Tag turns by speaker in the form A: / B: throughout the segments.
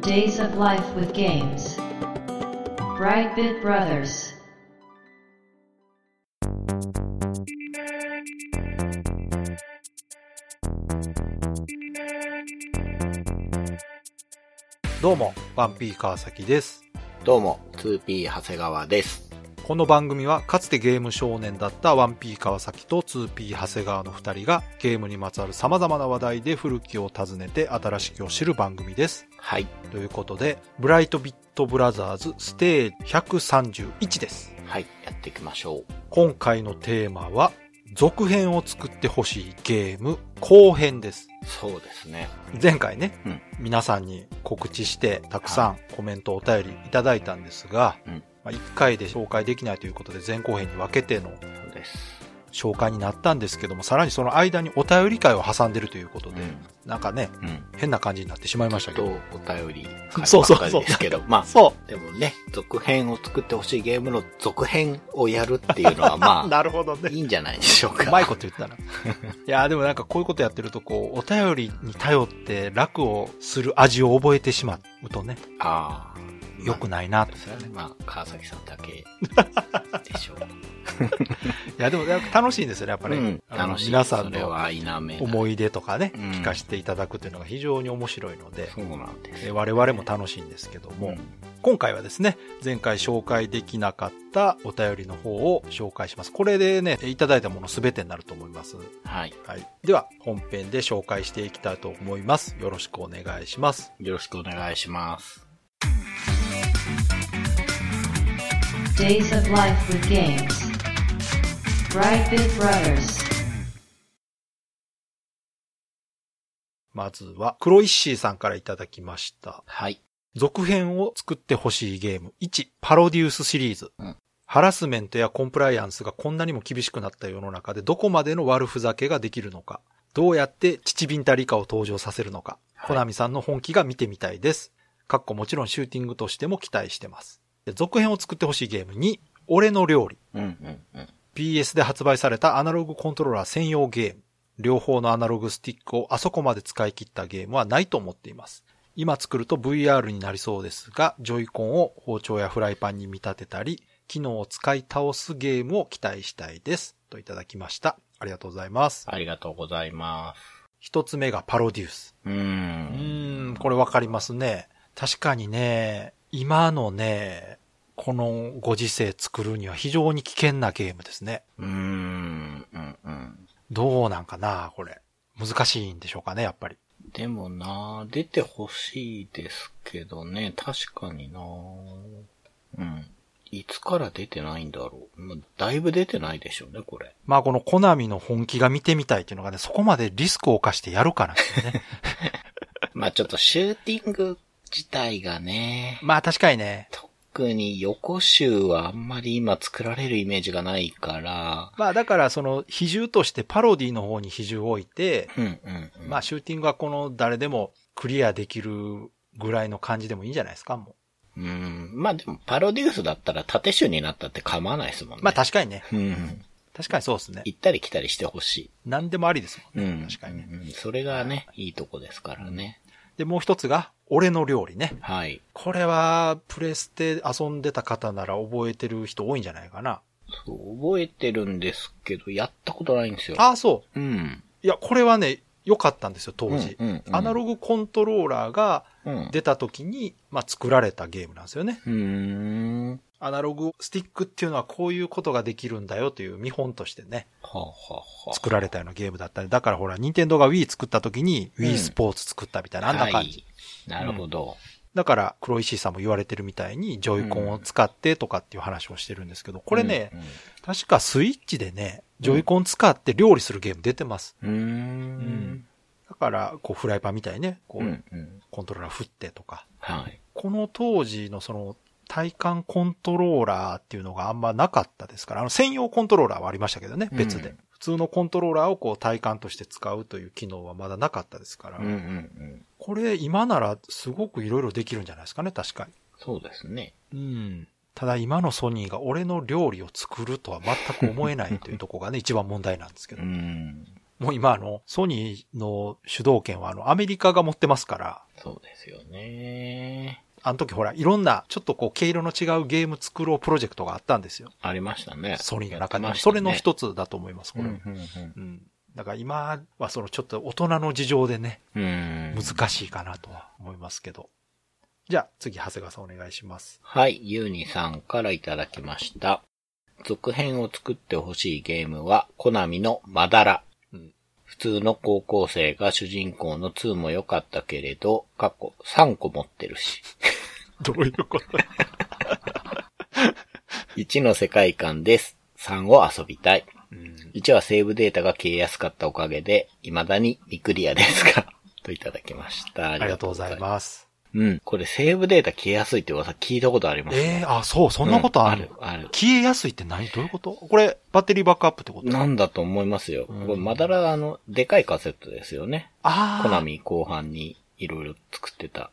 A: Days of Life with Games. Brightbit Brothers.
B: どうも、ワンピー川崎です。
C: どうも、2P 長谷川です。
B: この番組はかつてゲーム少年だったワンピー川崎と 2P 長谷川の2人がゲームにまつわる様々な話題で古きを訪ねて新しきを知る番組です。
C: はい。
B: ということで、ブライトビットブラザーズステージ131です。
C: はい。やっていきましょう。
B: 今回のテーマは、続編を作ってほしいゲーム後編です。
C: そうですね。
B: 前回ね、
C: うん
B: 皆さんに告知して、たくさんコメントお便りいただいたんですが、
C: うん
B: まあ、1回で紹介できないということで、前後編に分けての
C: そうです。
B: 紹介になったんですけども、さらにその間にお便り会を挟んでるということ
C: う
B: で、
C: ん。
B: なんかね、
C: うん。
B: 変な感じになってしまいましたけ
C: と、お
B: ど。
C: 便り、
B: そうそうそう
C: ですけど、ま
B: そ
C: あ、で もね、続編を作ってほしいゲームの続編をやるっていうのは、まあ、
B: なるほどね
C: い。いんじゃないでしょうか。
B: うまいこと言ったな。いやーでもなんかこういうことやってると、こう、お便りに頼って楽をする味を覚えてしまうとね、
C: ああ。
B: 良くないなと。
C: それはね、まあ、川崎さんだけでしょう。
B: いや、でもなんか楽しいんですよね、やっぱり。
C: うん。
B: あの
C: 楽しい。
B: 皆さん
C: それ
B: の
C: は否めない。
B: 思い出とかね、
C: うん
B: 聞かせていただくというのが非常に面白いので、
C: そうなんです。
B: え我々も楽しいんですけども、
C: うん
B: 今回はですね、前回紹介できなかったお便りの方を紹介します。これでね、いただいたもの全てになると思います。
C: はい。
B: はい。では、本編で紹介していきたいと思います。よろしくお願いします。
C: よろしくお願いします。
A: Days of Life with Games. Brightbit Brothers.
B: まずは、黒石さんからいただきました。
C: はい。
B: 続編を作ってほしいゲーム1、パロデュースシリーズ。
C: うん
B: ハラスメントやコンプライアンスがこんなにも厳しくなった世の中でどこまでの悪ふざけができるのか。どうやってチビンタリカを登場させるのか。
C: はい
B: コナミさんの本気が見てみたいです。かっこもちろんシューティングとしても期待してます。で続編を作ってほしいゲーム2、俺の料理。
C: うんうんうん。
B: PS で発売されたアナログコントローラー専用ゲーム。両方のアナログスティックをあそこまで使い切ったゲームはないと思っています。今作ると VR になりそうですが、ジョイコンを包丁やフライパンに見立てたり、機能を使い倒すゲームを期待したいです。といただきました。ありがとうございます。
C: ありがとうございます。
B: 一つ目がパロデュース。
C: うー
B: うー
C: ん。
B: ん、これわかりますね。確かにね、今のね、このご時世作るには非常に危険なゲームですね。
C: うーん。うんうん。
B: どうなんかな、これ。難しいんでしょうかね、やっぱり。
C: でもな、出てほしいですけどね、確かにな。うん。いつから出てないんだろう。まあだいぶ出てないでしょうね、これ。
B: まあこのコナミの本気が見てみたいっていうのがね、そこまでリスクを犯してやるか なっていうね。
C: まあちょっとシューティング自体がね、
B: まあ確かにね。
C: 特に横集はあんまり今作られるイメージがないから、
B: まあだからその比重としてパロディの方に比重を置いて、
C: うんうん、うん。
B: まあシューティングはこの誰でもクリアできるぐらいの感じでもいいんじゃないですか、も
C: うん。まあでもパロデュースだったら縦集になったって構わないですもん
B: う。
C: ね。
B: まあ確かにね。
C: うん。
B: 確かにそうですね。
C: 行ったり来たりしてほしい。
B: 何でもありですもん
C: う
B: ね。
C: ん。
B: 確かにね。
C: うん。それがね、いいとこですからね。
B: で、もう一つが、俺の料理ね。
C: はい。
B: これは、プレステ遊んでた方なら覚えてる人多いんじゃないかな。
C: そう、覚えてるんですけど、やったことないんですよ。
B: ああ、そう。
C: うん。
B: いや、これはね、良かったんですよ、当時。
C: うんうんうん
B: アナログコントローラーが
C: うん。
B: 出た時に、まあ、作られたゲームなんですよね。
C: うーん。は
B: アナログスティックっていうのはこういうことができるんだよという見本としてね、
C: あ、はあはあ。
B: 作られたようなゲームだったり、だからほら、任天堂が Wii 作った時に
C: うん
B: Wii スポーツ作ったみたいな、あんな感じ。
C: はい。なるほど。
B: だから、黒石井さんも言われてるみたいに、ジョイコンを使ってとかっていう話をしてるんですけど、これね、
C: うん。
B: 確かスイッチでね、ジョイコン使って料理するゲーム出てます。
C: うーん。
B: だから、こう、フライパンみたいにね、こ
C: う
B: う、
C: ん。うん。
B: コントローラー振ってとか、
C: はい。
B: この当時のその体感コントローラーっていうのがあんまなかったですから、あの専用コントローラーはありましたけどね、
C: うん
B: 別で。普通のコントローラーをこう体感として使うという機能はまだなかったですから、
C: うんうんうん。
B: これ今ならすごくいろいろできるんじゃないですかね、確か
C: そうですね。
B: に。うん。ただ今のソニーが 俺の料理を作るとは全く思えないというところがね、一番問題なんですけ
C: う
B: ど。
C: ん。
B: もう今あの、ソニーの主導権はあの、アメリカが持ってますから、
C: そうですよね。
B: あの時ほら、いろんな、ちょっとこう、毛色の違うゲーム作ろうプロジェクトがあったんですよ。
C: ありましたね。
B: ソニーの中で
C: や
B: も。
C: ってましたね
B: それの一つだと思います、こ
C: う
B: れ
C: ん
B: も。
C: うんうん
B: うん。だから今はそのちょっと大人の事情でね、
C: うん。
B: 難しいかなとは思いますけど。じゃあ次、長谷川さんお願いします。
C: はい、ゆうにさんからいただきました。続編を作ってほしいゲームは、コナミのマダラ。
B: うん
C: 普通の高校生が主人公の2も良かったけれど、過去3個持ってるし。
B: どういう こと
C: 1の世界観です。3を遊びたい。
B: うん。
C: 1はセーブデータが消えやすかったおかげで、未だに未クリアですが、 といただきました。あ
B: ありがとうござい
C: す。
B: ます。
C: うん。これセーブデータ消えやすいって噂聞いたことありますね。
B: ええあ、そう、そんなことある。
C: うんある、ある。
B: 消えやすいって何どういうことこれ、バッテリーバックアップってこと
C: なんだと思いますよ。
B: うん
C: これ、まだら、あの、でかいカセットですよね。
B: ああ。
C: コナミ後半にいろいろ作ってた。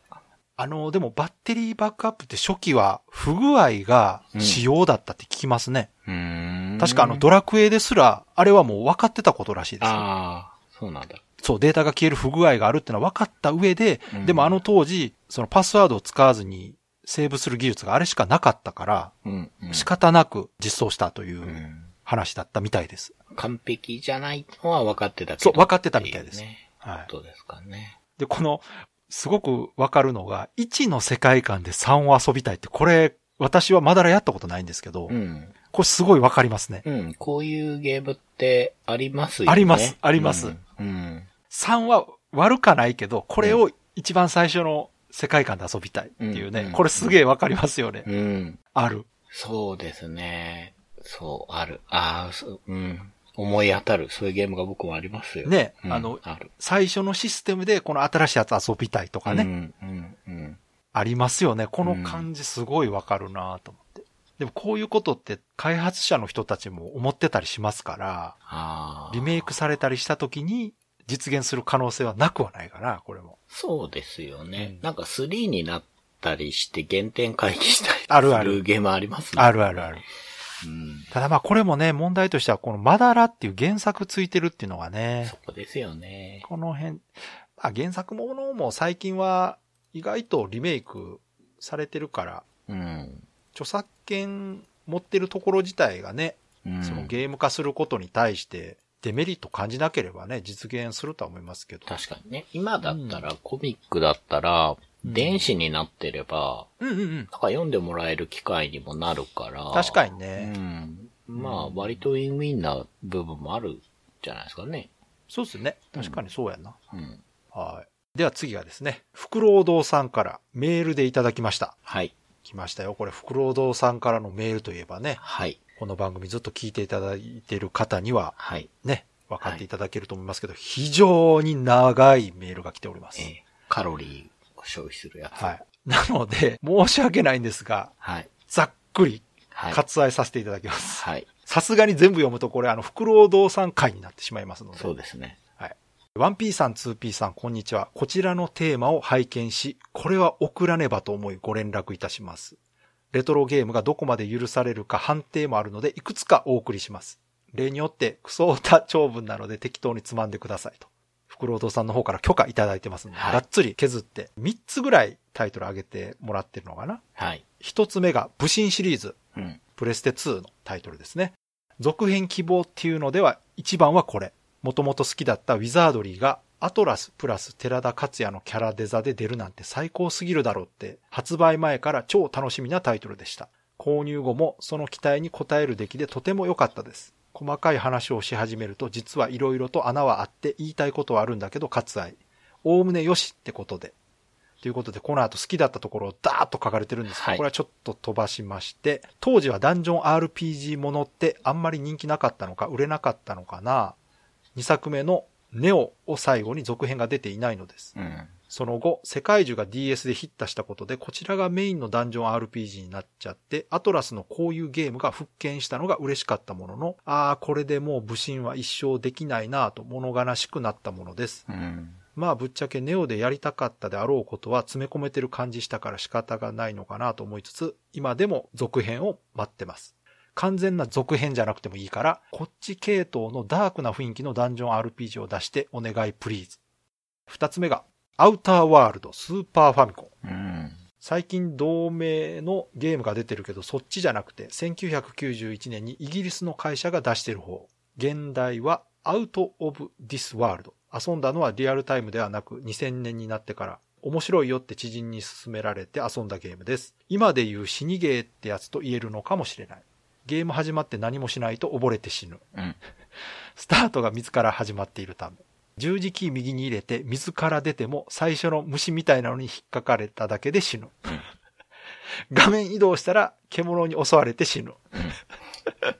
B: あの、でもバッテリーバックアップって初期は不具合が仕様だったって聞きますね。
C: うーん
B: 確かあのドラクエですら、あれはもう分かってたことらしいですよ。
C: ああ、そうなんだ。
B: そう、データが消える不具合があるってのは分かった上で、
C: うん
B: でもあの当時、そのパスワードを使わずにセーブする技術があれしかなかったから、
C: うん、うん。。
B: 仕方なく実装したといううん話だったみたいです。
C: 完璧じゃないのは分かってたけど。
B: そう、分かってたみたいです。
C: ってうね
B: はい。
C: ことですかね。
B: で、この、すごくわかるのが、1の世界観で3を遊びたいって、これ、私はまだらやったことないんですけど、
C: うん。
B: これすごいわかりますね。
C: うん。こういうゲームってありますよね。
B: ありますあります
C: うん。うん。
B: 3は悪かないけど、これを一番最初の世界観で遊びたいっていうね、
C: うん
B: これすげえわかりますよね。
C: うん。
B: ある。
C: そうですね。そう、ある。ああ、そううん。思い当たる。そういうゲームが僕もありますよ。
B: ね、
C: うん
B: あの、
C: ある。
B: 最初のシステムでこの新しいやつ遊びたいとかね、
C: うん、うん、うん。
B: ありますよね。この感じすごいわかるなと思って。でもこういうことって開発者の人たちも思ってたりしますから、
C: ああ。
B: リメイクされたりした時に実現する可能性はなくはないかな、これも。
C: そうですよね。
B: うん
C: なんか3になったりして原点回帰したり
B: あるある
C: するゲームありますね。
B: あるあるある。
C: うん。
B: ただまあこれもね、問題としてはこのマダラっていう原作ついてるっていうのがね
C: そ、こですよね。
B: この辺、まあ原作ものも最近は意外とリメイクされてるから、
C: うん。
B: 著作権持ってるところ自体がね、
C: うん、
B: そのゲーム化することに対してデメリット感じなければね、実現するとは思いますけど。
C: 確かにね。今だったら、コミックだったら、
B: うん
C: 電子になってれば、
B: うんうんうん。
C: なんか読んでもらえる機会にもなるから。
B: 確か
C: ね。
B: にね。
C: うん。まあ、割とウィンウィンな部分もあるじゃないですかね。
B: そうですね。確かにそうやな。
C: うん。
B: はい。では次がですね、福労堂さんからメールでいただきました。
C: はい。
B: 来ましたよ。これ、福労堂さんからのメールといえばね、
C: はい。
B: この番組ずっと聞いていただいている方には
C: はい。
B: ね、分かっていただけると思いますけど、非常に長いメールが来ておりま
C: え
B: す。
C: ーカロリーを消費するやつ。
B: はい。なので、申し訳ないんですが、
C: はい。
B: ざっくり
C: はい。
B: 割愛させていただきます。
C: はい。
B: さすがに全部読むとこれ、あの、福労堂さん会になってしまいますので。
C: そうですね。
B: 1P さん、2P さん、こんにちは。こちらのテーマを拝見し、これは送らねばと思いご連絡いたします。レトロゲームがどこまで許されるか判定もあるので、いくつかお送りします。例によって、クソータ長文なので適当につまんでくださいと。福郎堂さんの方から許可いただいてますので、
C: はい
B: がっつり削って、3つぐらいタイトル上げてもらってるのかな。
C: はい。
B: 1つ目が、武神シリーズ。
C: うん。
B: プレステ2のタイトルですね。続編希望っていうのでは、一番はこれ。もともと好きだったウィザードリーが、アトラスプラス寺田克也のキャラデザで出るなんて最高すぎるだろうって、発売前から超楽しみなタイトルでした。購入後もその期待に応える出来でとても良かったです。細かい話をし始めると、実はいろいろと穴はあって言いたいことはあるんだけど割愛。おおむねよしってことで。ということで、この後好きだったところをダーッと書かれてるんですけど、
C: はい
B: これはちょっと飛ばしまして、当時はダンジョン RPG ものってあんまり人気なかったのか、売れなかったのかな。2作目のネオを最後に続編が出ていないのです。
C: うん。
B: その後、世界中が DS でヒットしたことで、こちらがメインのダンジョン RPG になっちゃって、アトラスのこういうゲームが復権したのが嬉しかったものの、ああ、これでもう武神は一生できないなぁと物悲しくなったものです。
C: うん。
B: まあぶっちゃけネオでやりたかったであろうことは詰め込めてる感じしたから仕方がないのかなと思いつつ、今でも続編を待ってます。完全な続編じゃなくてもいいから、こっち系統のダークな雰囲気のダンジョン RPG を出してお願いプリーズ。二つ目が、アウターワールドスーパーファミコン。
C: うん。
B: 最近同盟のゲームが出てるけど、そっちじゃなくて、1991年にイギリスの会社が出してる方。現代は Out of This World。遊んだのはリアルタイムではなく2000年になってから。面白いよって知人に勧められて遊んだゲームです。今で言う死にゲーってやつと言えるのかもしれない。ゲーム始まって何もしないと溺れて死ぬ。
C: うん。
B: スタートが自ら始まっているため。十字キー右に入れて、自ら出ても最初の虫みたいなのに引っかかれただけで死ぬ。画面移動したら獣に襲われて死ぬ。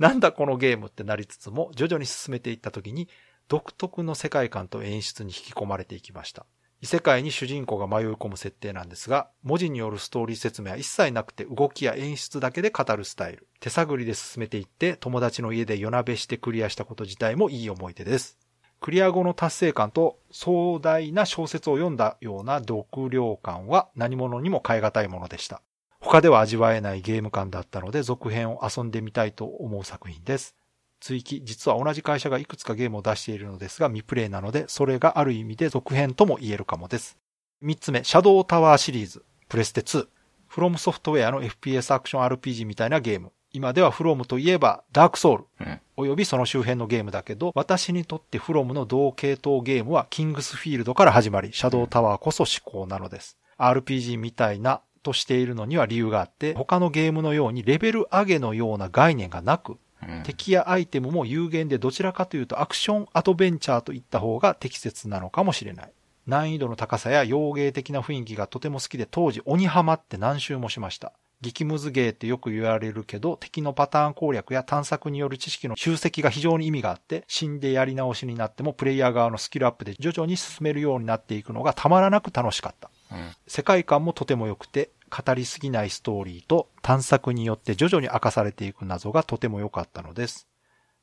B: なんだこのゲームってなりつつも、徐々に進めていった時に、独特の世界観と演出に引き込まれていきました。異世界に主人公が迷い込む設定なんですが、文字によるストーリー説明は一切なくて動きや演出だけで語るスタイル。手探りで進めていって、友達の家で夜なべしてクリアしたこと自体もいい思い出です。クリア後の達成感と壮大な小説を読んだような読量感は何者にも変え難いものでした。他では味わえないゲーム感だったので続編を遊んでみたいと思う作品です。追記、実は同じ会社がいくつかゲームを出しているのですが未プレイなので、それがある意味で続編とも言えるかもです。3つ目、シャドウタワーシリーズ、プレステ2。フロムソフトウェアの FPS アクション RPG みたいなゲーム。今ではフロムといえばダークソウル、
C: うん。
B: およびその周辺のゲームだけど、私にとってフロムの同系統ゲームはキングスフィールドから始まり、シャドウタワーこそ至高なのです。RPG みたいなとしているのには理由があって、他のゲームのようにレベル上げのような概念がなく、
C: うん。
B: 敵やアイテムも有限でどちらかというとアクションアドベンチャーといった方が適切なのかもしれない。難易度の高さや洋芸的な雰囲気がとても好きで当時鬼ハマって何周もしました。激ムズゲーってよく言われるけど敵のパターン攻略や探索による知識の集積が非常に意味があって死んでやり直しになってもプレイヤー側のスキルアップで徐々に進めるようになっていくのがたまらなく楽しかった。
C: うん
B: 世界観もとても良くて、語りすぎないストーリーと探索によって徐々に明かされていく謎がとても良かったのです。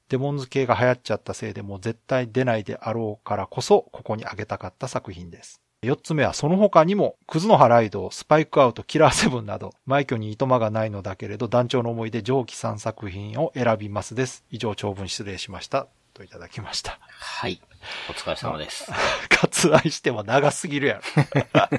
B: デモンズ系が流行っちゃったせいでもう絶対出ないであろうからこそ、ここに挙げたかった作品です。四つ目はその他にも、クズのハライド、スパイクアウト、キラーセブンなど、枚挙にいとまがないのだけれど、団長の思い出上記3作品を選びますです。以上長文失礼しました。といただきました。
C: はい。お疲れ様です。
B: 割愛しても長すぎるやろ。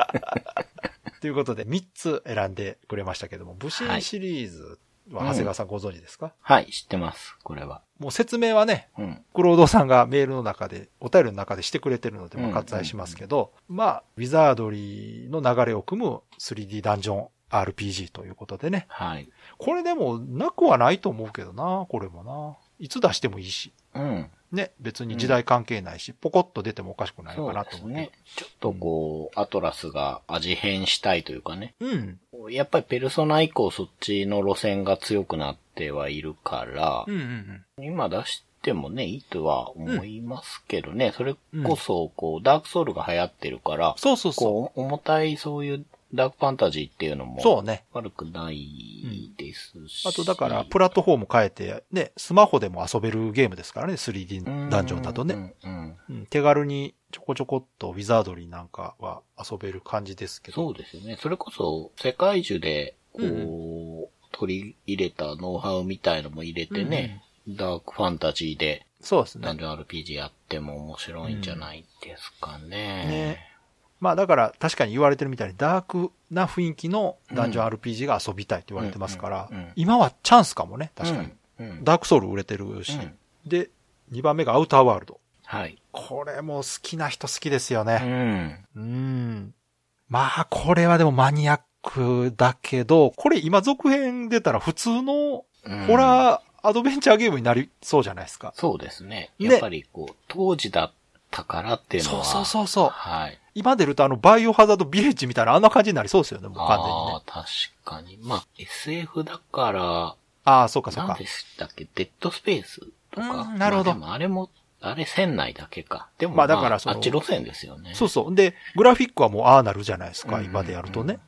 B: ということで、3つ選んでくれましたけども、武神シリーズは
C: はい
B: 長谷川さんご存知ですか、
C: はい、知ってます、これは。
B: もう説明はね、
C: うん。
B: クロードさんがメールの中で、お便りの中でしてくれてるので、まあ
C: うん
B: 割愛しますけど、まあ、ウィザードリーの流れを組む 3D ダンジョン RPG ということでね。
C: はい。
B: これでも、なくはないと思うけどな、これもな。いつ出してもいいし。
C: うん。
B: ね、別に時代関係ないし、ポコッと出てもおかしくないのかなと思うけど。
C: ね。ちょっとこう、アトラスが味変したいというかね。
B: うん。
C: やっぱりペルソナ以降そっちの路線が強くなってはいるから
B: う、んうんうん。
C: 今出してもね、いいとは思いますけどね。それこそ、こう、ダークソウルが流行ってるから、
B: そうそうそ
C: こう、重たいそういうダークファンタジーっていうのも
B: う。、そうね。
C: 悪くないですし。
B: あとだから、プラットフォーム変えて、ね、スマホでも遊べるゲームですからね、3D ダンジョンだとね。
C: うんうんうん
B: うん手軽にちょこちょこっとウィザードリーなんかは遊べる感じですけど。
C: そうですよね。それこそ、世界中で、こう、
B: うん
C: 取り入れたノウハウみたいのも入れてね、ダークファンタジーで、
B: そうです
C: ダ
B: ね
C: ン。ジョン RPG やっても面白いんじゃないですか
B: ね
C: ね。。
B: まあだから確かに言われてるみたいにダークな雰囲気のダンジョン RPG が遊びたいって言われてますから
C: うんうんうん、
B: 今はチャンスかもね、確かに。
C: うん。うん
B: ダークソウル売れてるし
C: う。ん
B: で、2番目がアウターワールド。
C: はい。
B: これも好きな人好きですよね。
C: うん。
B: うん。まあ、これはでもマニアックだけど、これ今続編出たら普通のホ
C: ー。
B: ラーアドベンチャーゲームになりそうじゃないですか。
C: そうですね。
B: ね
C: やっぱりこう、当時だったからっていうの
B: そ
C: は。
B: うそうそうそう。
C: はい。
B: 今出るとあの、バイオハザードビレッジみたいなあんな感じになりそうですよね、もう完全に
C: あ
B: ね
C: あ。ー、確かに。まあ、SF だから、
B: ああ、そうかそう
C: 何
B: か
C: で。したっけデッドスペースとか。
B: うんなるほど
C: まあでもあれも、あれ船内だけか。でも、
B: ま
C: ま
B: あ
C: あ、
B: だ
C: だ
B: か
C: からら
B: その
C: あっち路線ですよね。
B: そううそう。で、グラフィックはもうああなるじゃないです
C: う
B: か、
C: んうん
B: 今でやるとね。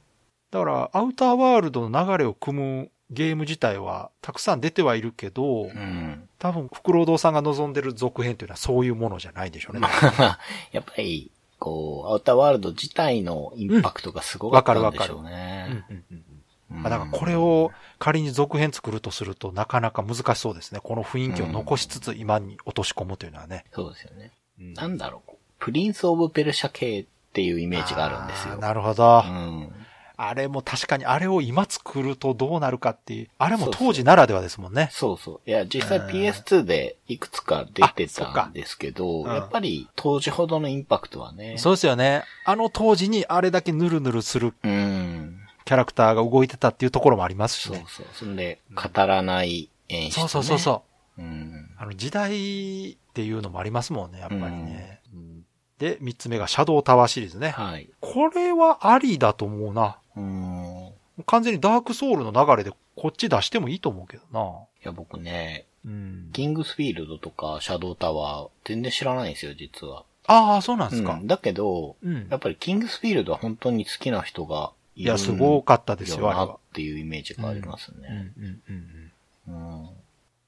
B: だから、アウターワールドの流れを組むゲーム自体はたくさん出てはいるけど、
C: ん。
B: 多分、福労堂さんが望んでる続編というのはそういうものじゃないでしょうね。
C: まあまあ、やっぱり、こう、アウターワールド自体のインパクトがすごかったんでしょうね。
B: うんうんうん
C: うん
B: まあだからこれを仮に続編作るとするとなかなか難しそうですね。この雰囲気を残しつつ今に落とし込むというのはね。
C: そうですよね。な
B: なん
C: だろう、こうプリンス・オブ・ペルシャ系っていうイメージがあるんですよ。
B: なるほど。
C: うん。
B: あれも確かにあれを今作るとどうなるかっていう、あれも
C: そうそう
B: 当時ならではですもんね。
C: そうそう。いや、実際
B: うん
C: PS2 でいくつか出てたんですけ
B: あそ
C: ど、
B: っかうん
C: やっぱり当時ほどのインパクトはね。
B: そうですよね。あの当時にあれだけヌルヌルする
C: うん。
B: キャラクターが動いてたっていうところもありますし
C: そう
B: ね。
C: そう。そんで、語らない演出、
B: そう
C: ね。
B: そうそうそう。
C: う。うん。
B: あの時代っていうのもありますもんね、やっぱりね。
C: うん。
B: で、三つ目がシャドウタワーシリーズね。
C: はい。
B: これはありだと思うな。
C: うん。い
B: 完全にダークソウルの流れでこっち出してもいいと思うけど
C: や、僕ね、
B: な。うん。
C: キングスフィールドとかシャドウタワー、全然知らないんですよ、実は。
B: ああ、そうなんですか
C: う。んだけど、
B: うん
C: やっ。ぱりキングスフィールドは本当に好きな人がい
B: い
C: るん
B: や、すごかったですよ、あれ
C: な
B: は
C: っ。ていうイメージがありますね。
B: うんうんうんうん
C: うん。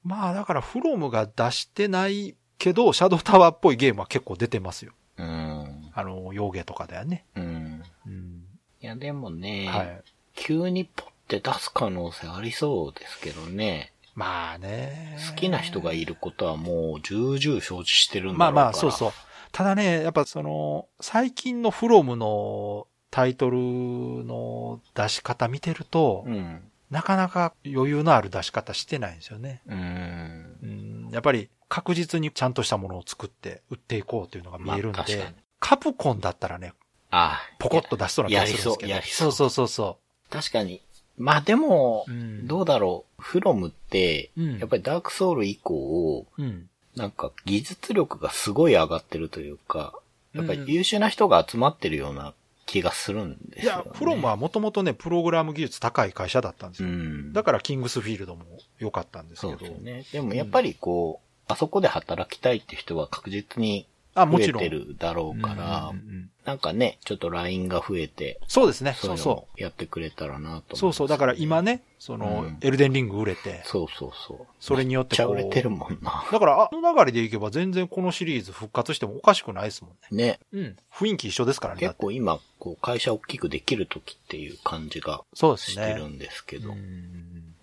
B: まあ、だから、フロムが出してないけど、シャドウタワーっぽいゲームは結構出てますよ。
C: うん。
B: あの、幼芸とかだよね。
C: うん。
B: うん。
C: いや、でもね、
B: はい。
C: 急にポッて出す可能性ありそうですけどね。
B: まあね。
C: 好きな人がいることはもう重々承知してるん
B: ま
C: だ
B: あ
C: ろうから。
B: まあ、そうそう。ただね、やっぱその、最近のフロムのタイトルの出し方見てると、
C: うん。
B: なかなか余裕のある出し方してないんですよね。
C: うん。
B: うん、やっぱり確実にちゃんとしたものを作って売っていこうというのが見えるんで、
C: まあ確かに
B: カプコンだったらね、
C: ああ。
B: ポコッと出しそうな気がするんですけど。
C: やりそうやりそう
B: そうそうそう
C: 確かに。まあでも
B: そう。う、ん。
C: どうだろう。フロムって、
B: うん
C: やっぱりダークソウル以降、
B: うん。
C: なんか技術力がすごい上がってるというか、やっぱり
B: うん
C: 優秀な人が集まってるような気がするんで
B: い
C: すよ、ね
B: や、フロムはもともとね、プログラム技術高い会社だったんです
C: う
B: よ。
C: ん。
B: だからキングスフィールドも良かったんです
C: そ
B: け
C: う
B: ど
C: で。すね。でもやっぱりこう、あそこで働きたいって人は確実に
B: あ、
C: 増
B: も
C: え
B: ちろん。
C: てるだろうから
B: うん、うんうん
C: なんかね、ちょっと LINE が増えて、
B: そうですね。
C: そ
B: そうう
C: いうの
B: そ
C: やってくれたらなと思
B: う。そうそう。だから今
C: ね。
B: ね、その、
C: うん
B: エルデンリング売れて、
C: そうそうそう。
B: それによっ
C: めってちゃ
B: こう。
C: 売れてるもんな。
B: だから、あの流れでいけば全然このシリーズ復活してもおかしくないですもんね。
C: ね。
B: うん。雰囲気一緒ですからね。だっ
C: 結
B: て
C: 構今、こう、会社大きくできる時っていう感じが
B: そうで
C: し
B: す
C: て
B: ね。
C: るんですけど。
B: うん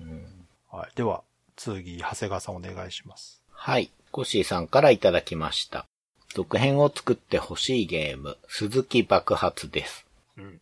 C: うん
B: はい。では、次、長谷川さんお願いします。
C: はい。コッシーさんからいただきました。続編を作ってほしいゲーム、鈴木爆発です。
B: うん。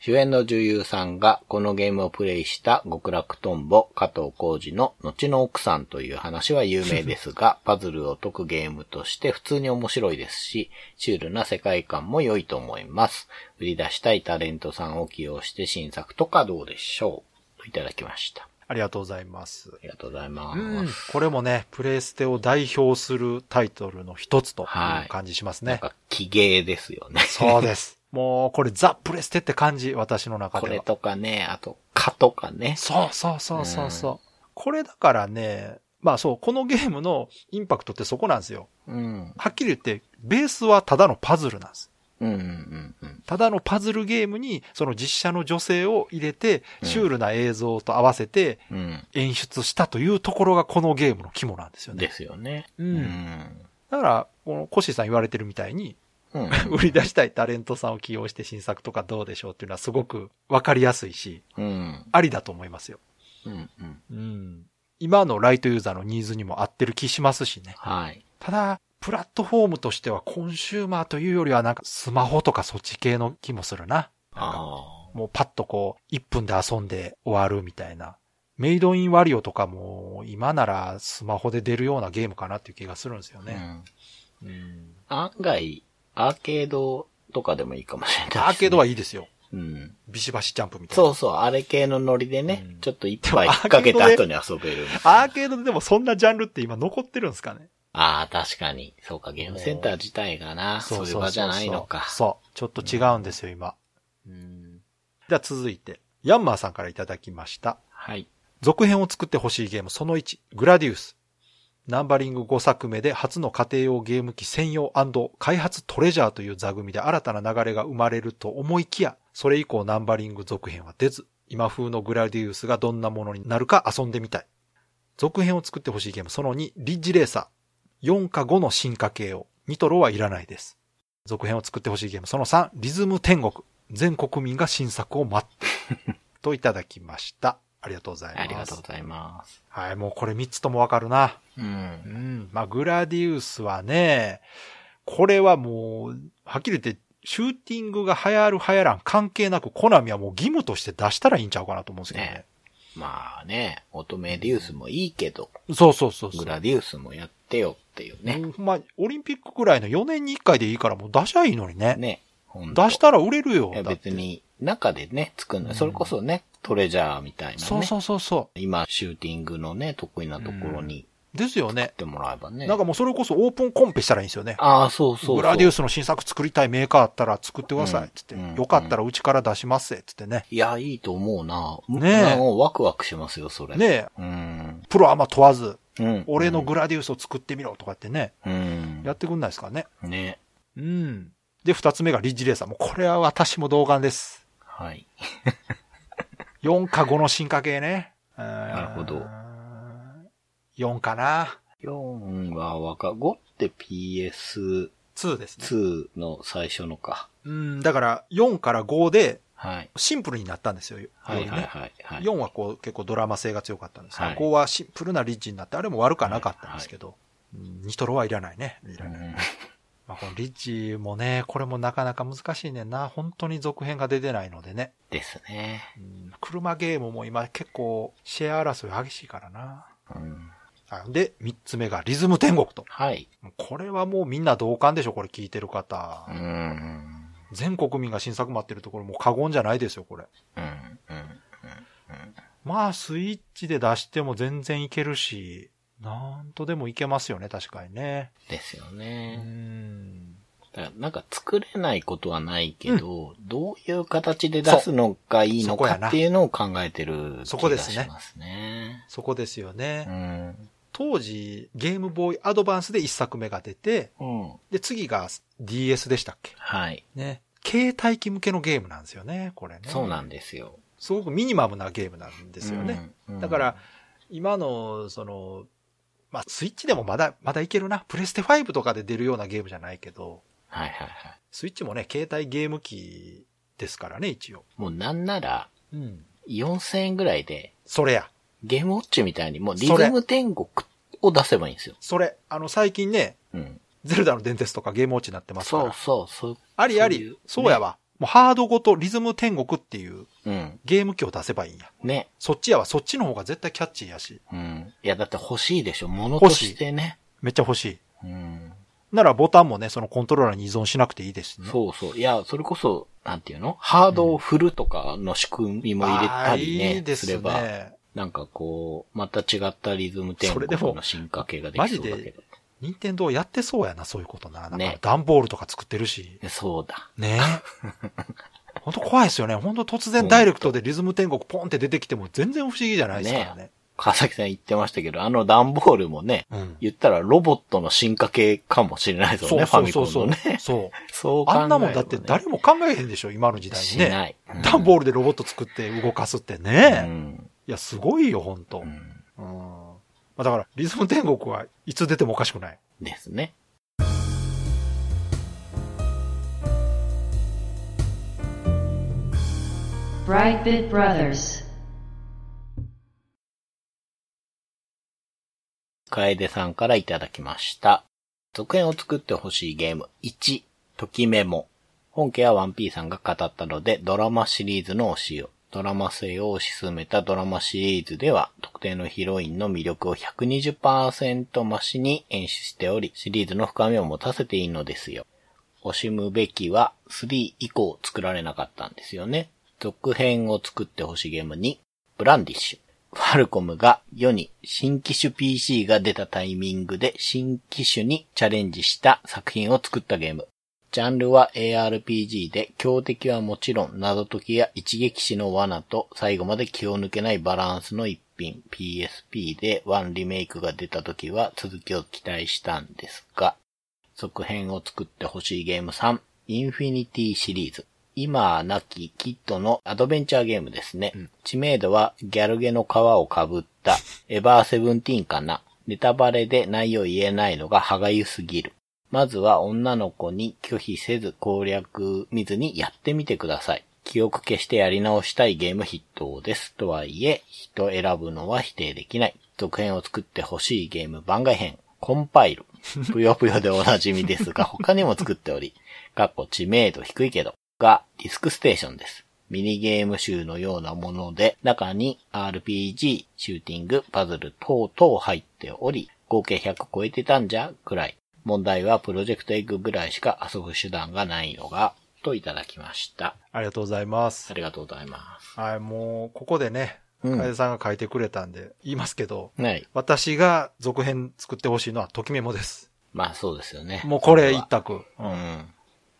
C: 主演の女優さんがこのゲームをプレイした極楽とんぼ加藤浩二の後の奥さんという話は有名で すが、パズルを解くゲームとして普通に面白いですし、シュールな世界観も良いと思います。売り出したいタレントさんを起用して新作とかどうでしょうといただきました。あ
B: ありがとうございます。
C: りがとうございま
B: うん
C: す。。
B: これもね、プレイステを代表するタイトルの一つと
C: はい
B: いう感じします
C: なん
B: ね。
C: か、奇芸ですよね。
B: そう です。もう、これザ・プレステって感じ、私の中
C: こ
B: では
C: れ。とかね、あと、蚊とかね。
B: そうそうそうそうそう。これだからね、まあそう、このゲームのインパクトってそこなんですよ。
C: うん。
B: はっきり言って、ベースはただのパズルなんです。
C: うん、うん、うん。
B: ただのパズルゲームに、その実写の女性を入れて、
C: うん
B: シュールな映像と合わせて
C: うん。
B: 演出したというところがこのゲームの肝なんですよ
C: で
B: ね。
C: すよね。
B: う。
C: うんん。
B: だから、このコッシーさん言われてるみたいに、
C: うん。
B: 売り出したいタレントさんを起用して新作とかどうでしょうっていうのはすごくわかりやすいし、
C: うん。
B: ありだと思いますよ。
C: うん。うん。
B: うん。今のライトユーザーのニーズにも合ってる気しますしね。
C: はい。
B: ただ、プラットフォームとしてはコンシューマーというよりはなんかスマホとかそっち系の気もするな。なんか
C: あ
B: もうパッとこう、1分で遊んで終わるみたいな。メイドインワリオとかも今ならスマホで出るようなゲームかなっていう気がするんですよ
C: あ。
B: ね。
C: うん。案外、アーケードとかでもいいかもしれないですね、
B: アーケード
C: は、
B: はいいですよ。
C: うん。
B: ビシバシジャンプみたいな。
C: そうそう、あれ系のノリでね、
B: うん
C: ちょっと一杯引っ掛けた後に遊べる。
B: アーケードででもそんなジャンルって今残ってるんですかね
C: ああ、確かに。そうか、ゲームセンター自体がな、そういう場じゃないのか。
B: そう。ちょっと違うんですよ、今。
C: うん
B: じゃあ続いて、ヤンマーさんからいただきました。
C: はい。
B: 続編を作ってほしいゲームその1、グラディウス。ナンバリング5作目で初の家庭用ゲーム機専用開発トレジャーという座組で新たな流れが生まれると思いきや、それ以降ナンバリング続編は出ず、今風のグラディウスがどんなものになるか遊んでみたい。続編を作ってほしいゲームその2、リッジレーサー。4か5の進化系を。ニトロはいらないです。続編を作ってほしいゲームその3、リズム天国。全国民が新作を待って。 トいただきました。ありがとうございます。
C: ありがとうございます。
B: はい、もうこれ3つともわかるな。
C: う。
B: うんん。まあ、グラディウスはね、これはもう、はっきり言って、シューティングが流行る流行らん関係なく、コナミはもう義務として出したらいいんちゃうかなと思うんですけどね。
C: まあね、乙女デュースもいいけど、
B: そうそうそうそう
C: グ。ラディウスもやってよっていうね。
B: もうほんまオリンピックくらいの4年に1回でいいからもう出しゃいいのにね。
C: ね。ほんと
B: 出したら売れるよ。
C: いや
B: だって
C: 別に、中でね、作るの、
B: うん
C: それこそね、トレジャーみたいなね。
B: そうそうそうそ
C: 今、シューティングのね、得意なところに
B: う。ですよ
C: や
B: ね
C: っ。てもらえばね。
B: なんかもうそれこそオープンコンペしたらいいんですよね。
C: ああ、そうそうそう。
B: グラディウ
C: ス。
B: スの新作作りたいメーカーあったら作ってくださ
C: う
B: い
C: ん。
B: つって、
C: うん
B: よかったらうちから出します。つってね。
C: いや、いいと思うな。
B: ねえ
C: なんかワクワクしますよ、それ。
B: ねえ、
C: うん。
B: プロアマ問わず、
C: うん。
B: 俺のグラディウスを作ってみろとかってね、
C: うん。
B: やってくんないですかね。
C: ね。
B: うん。で、二つ目がリッジレーサー。もうこれは私も同感です。
C: はい。
B: 4か5の進化系ね。な
C: るほど。
B: 4かな。
C: 4はわか、5って PS2
B: 2ですね。
C: の最初のか。
B: うん、だから4から5で
C: はい。
B: シンプルになったんですよ。
C: はいはい
B: よりね
C: はい、はい。
B: 4はこう結構ドラマ性が強かったんですが、
C: はい
B: 5はシンプルなリッジになって、あれも悪くはなかったんですけど、うんニトロはいらないね。いら
C: う
B: ない
C: ん
B: まあ、このリッジもね、これもなかなか難しいねんな。本当に続編が出てないのでね。
C: ですね。
B: うん車ゲームも今結構シェア争い激しいからな。
C: うん。
B: あで、3つ目がリズム天国と。
C: はい。
B: これはもうみんな同感でしょ、これ聞いてる方
C: う。ん。
B: 全国民が新作待ってるところもう過言じゃないですよ、これ。
C: うん。うん。
B: まあ、スイッチで出しても全然いけるし、なんとでもいけますよね、確かにね。
C: ですよ
B: う
C: ね。
B: ん。
C: だからなんか作れないことはないけど、どういう形で出すのがいい
B: そう
C: の
B: そこや
C: か
B: な
C: っていうのを考えてる
B: そ
C: 気
B: こ
C: が
B: です
C: し
B: ね
C: ますね。
B: そこですよね。
C: うん。
B: 当時、ゲームボーイアドバンスで1作目が出て、
C: うん。
B: で、次が DS でしたっけ
C: はい。
B: ね。携帯機向けのゲームなんですよね、これね。
C: そうなんですよ。
B: すごくミニマムなゲームなんですよね。
C: うん。うん
B: だから、今の、その、まあ、スイッチでもまだ、まだいけるな。プレステ5とかで出るようなゲームじゃないけど、
C: はいはいはい。
B: スイッチもね、携帯ゲーム機ですからね、一応。
C: もうなんなら、
B: うん。
C: 4000円ぐらいで、
B: それや。
C: ゲームウォッチみたいに、もうリ
B: それ
C: ズム天国を出せばいいんですよ。
B: それ、あの、最近ね、
C: うん。
B: ゼルダの伝説とかゲームウォッチになってますか
C: そう
B: ら。
C: そう、そう。
B: ありあ
C: そういう
B: り
C: ね、
B: そうやわ。もうハードごとリズム天国っていう
C: うん。
B: ゲーム機を出せばいいんや。
C: ね。
B: そっちやわ。そっちの方が絶対キャッチーやし。
C: うん。いや、だって欲しいでしょ。物としてね。
B: めっちゃ欲しい。
C: うん。
B: ならボタンもね、そのコントローラーに依存しなくていいですしね。
C: そうそう。いや、それこそ、なんていうのハードを振るとかの仕組みも入れたり
B: あ
C: ね、
B: ーいいですす
C: れば、
B: ね。
C: なんかこう、また違ったリズム天
B: それで
C: 国
B: も
C: の進化系ができそうだ
B: マ
C: け
B: ジ
C: ど。
B: 任天堂やってそうやな、そういうことな。なん
C: ね
B: か段ボールとか作ってるし。
C: そうだ。
B: ね 本当怖いですよね。本当突然ダイレクトでリズム天国ポンって出てきても全然不思議じゃないですからね。
C: 川崎さん言ってましたけど、あの段ボールもね、
B: うん。
C: 言ったらロボットの進化系かもしれないですよ
B: そ
C: ね、
B: う
C: ファ
B: そう
C: ミ
B: そ
C: コ
B: う
C: ン
B: そ
C: の
B: う。
C: ね。
B: そう。
C: そう考え
B: あ
C: ればね
B: んなもんだって誰も考えへんでしょ、今の時代
C: し
B: に
C: な
B: ね。
C: い。
B: 段ボールでロボット作って動かすってね。
C: うん
B: いや、すごいよ、本当、
C: う
B: うんま
C: ん
B: あ、だから、リズム天国はいつ出てもおかしくない。
C: ですね。
A: Brightbit Brothers.
C: 楓さんからいただきました。続編を作ってほしいゲーム。1、ときメモ。本家はワンピーさんが語ったので、ドラマシリーズの推しを。ドラマ性を推し進めたドラマシリーズでは、特定のヒロインの魅力を120%増しに演出しており、シリーズの深みを持たせていいのですよ。惜しむべきは3以降作られなかったんですよね。続編を作ってほしいゲームに、ブランディッシュ。ファルコムが世に新機種 PC が出たタイミングで新機種にチャレンジした作品を作ったゲーム。ジャンルは ARPG で強敵はもちろん謎解きや一撃死の罠と最後まで気を抜けないバランスの一品 PSP でワンリメイクが出た時は続きを期待したんですが、続編を作ってほしいゲーム3、インフィニティシリーズ。今はなきキッドのアドベンチャーゲームですね。知名度はギャルゲの皮をかぶったエバーセブンティーンかな。ネタバレで内容言えないのが歯がゆすぎる。まずは女の子に拒否せず攻略見ずにやってみてください。記憶消してやり直したいゲーム筆頭です。とはいえ、人選ぶのは否定できない。続編を作ってほしいゲーム番外編、コンパイル。ぷよぷよでおなじみですが、他にも作っており、かっこ知名度低いけど、がディスクステーションです。ミニゲーム集のようなもので、中に RPG、シューティング、パズル等々入っており、合計100超えてたんじゃくらい。問題はプロジェクトエッグぐらいしか遊ぶ手段がないのが、といただきました。
B: ありがとうございます
C: あ。りがとうございま
B: はい、もう、ここでね、
C: うん
B: 楓さんが書いてくれたんで、言いますけど、
C: す。はい。
B: 私が続編作ってほしいのは、ときメモです。
C: まあそうですよね。
B: もうこれ一択。
C: う
B: うん
C: ん。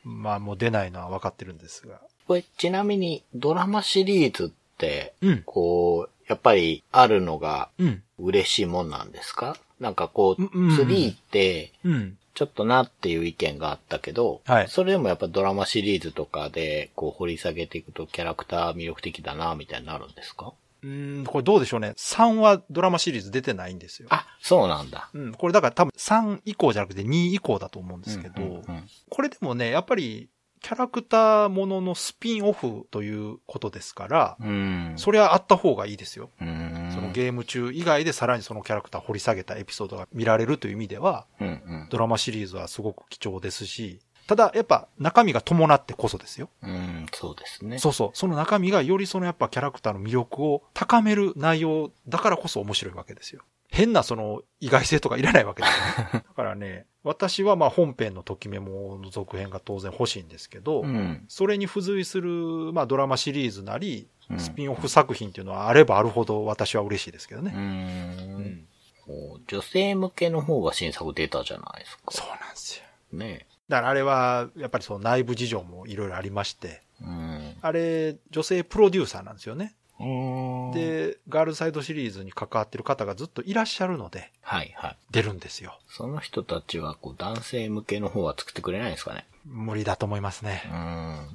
B: まあ、もう出ないのは分かってるんですが。
C: これちなみにドラマシリーズって、
B: うん
C: こう、やっぱりあるのが
B: うん。
C: 嬉しいもんなんですかなんかこう、
B: うんうんうん
C: 3って、
B: うん。
C: ちょっとなっていう意見があったけど、
B: はい
C: それでもやっぱドラマシリーズとかで、こう掘り下げていくとキャラクター魅力的だな、みたいになるんですか
B: うん、これどうでしょうね。3はドラマシリーズ出てないんですよ。
C: あ、そうなんだ。
B: うん。これだから多分3以降じゃなくて2以降だと思うんですけど、
C: うんうんうん
B: これでもね、やっぱりキャラクターもののスピンオフということですから、
C: うん。
B: それはあった方がいいですよ。
C: うん
B: そのゲーム中以外でさらにそのキャラクター掘り下げたエピソードが見られるという意味では、
C: うんうん
B: ドラマシリーズはすごく貴重ですし、ただやっぱ中身が伴ってこそですよ。
C: うん、そうですね。
B: そうそう。その中身がよりそのやっぱキャラクターの魅力を高める内容だからこそ面白いわけですよ。変なその意外性とかいらないわけです よ。だからね、私はまあ本編のときメモの続編が当然欲しいんですけど、
C: うん。
B: それに付随する、まあ、ドラマシリーズなり
C: う、ん
B: スピンオフ作品っていうのはあればあるほど私は嬉しいですけど
C: う
B: ね。
C: ん。こう女性向けの方が新作出たじゃないですか。
B: そうなんですよ。
C: ね
B: だからあれは、やっぱりその内部事情もいろいろありまして、
C: うん。
B: あれ、女性プロデューサーなんですよね。
C: うん、
B: で、ガールサイドシリーズに関わってる方がずっといらっしゃるので、
C: はいはい。
B: 出るんですよ。
C: その人たちは、こう、男性向けの方は作ってくれないんですかね。
B: 無理だと思います
C: う
B: ね。
C: ん。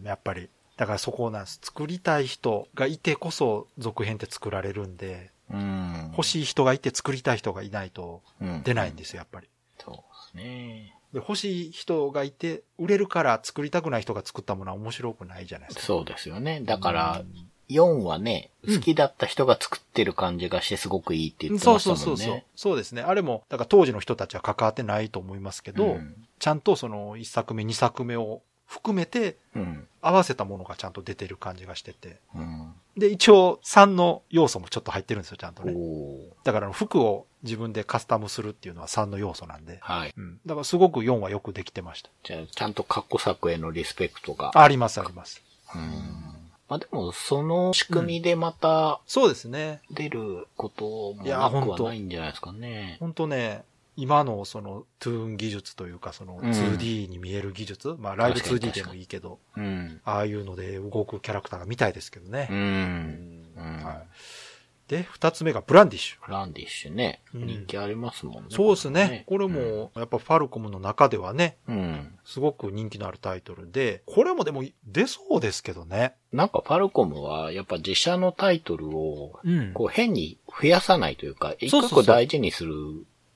B: うん、やっぱり。だからそこなんです。作りたい人がいてこそ続編って作られるんで、
C: うん。
B: 欲しい人がいて作りたい人がいないと
C: うん
B: 出ないんですよ、やっぱり。
C: そうですね。
B: で、欲しい人がいて、売れるから作りたくない人が作ったものは面白くないじゃないですか。
C: そうですよね。だから、4はね、好きだった人が作ってる感じがしてすごくいいって言って
B: そ
C: ま
B: う
C: し
B: そう
C: た
B: そ
C: も
B: うんそう
C: ね。。
B: そうですね。あれも、だから当時の人たちは関わってないと思いますけど、
C: うん
B: ちゃんとその1作目、2作目を含めて、
C: うん。
B: 合わせたものがちゃんと出てる感じがしてて。
C: うん。
B: で、一応3の要素もちょっと入ってるんですよ、ちゃんと
C: お
B: ね。
C: ー
B: だからあの服を自分でカスタムするっていうのは3の要素なんで。
C: はい。
B: うん。だからすごく4はよくできてました。
C: じゃあ、ちゃんと過去作へのリスペクトが。
B: あります、あります。
C: うん。まあでも、その仕組みでまた
B: そうですね。
C: 出ることも
B: いや
C: なく
B: ほん
C: は
B: と
C: ないんじゃないですかね。
B: 本当ね、今のそのトゥーン技術というかその
C: うん
B: 2D に見える技術、まあライブ
C: 確かに
B: 2D でもいいけど、
C: うん。
B: ああいうので動くキャラクターが見たいですけど
C: う
B: ね。
C: ん。うん
B: はい、で、二つ目がブランディッシュ。
C: ブランディッシュね。
B: うん
C: 人気ありますもんね。
B: そうですね。これ。もやっぱファルコムの中ではね、
C: うん。うん
B: すごく人気のあるタイトルで、これもでも出そうですけどね。
C: なんかファルコムは、やっぱ自社のタイトルを、
B: うん
C: こう変に増やさないというか、一
B: そう
C: 個
B: そうそ
C: 一
B: う
C: 個大事にする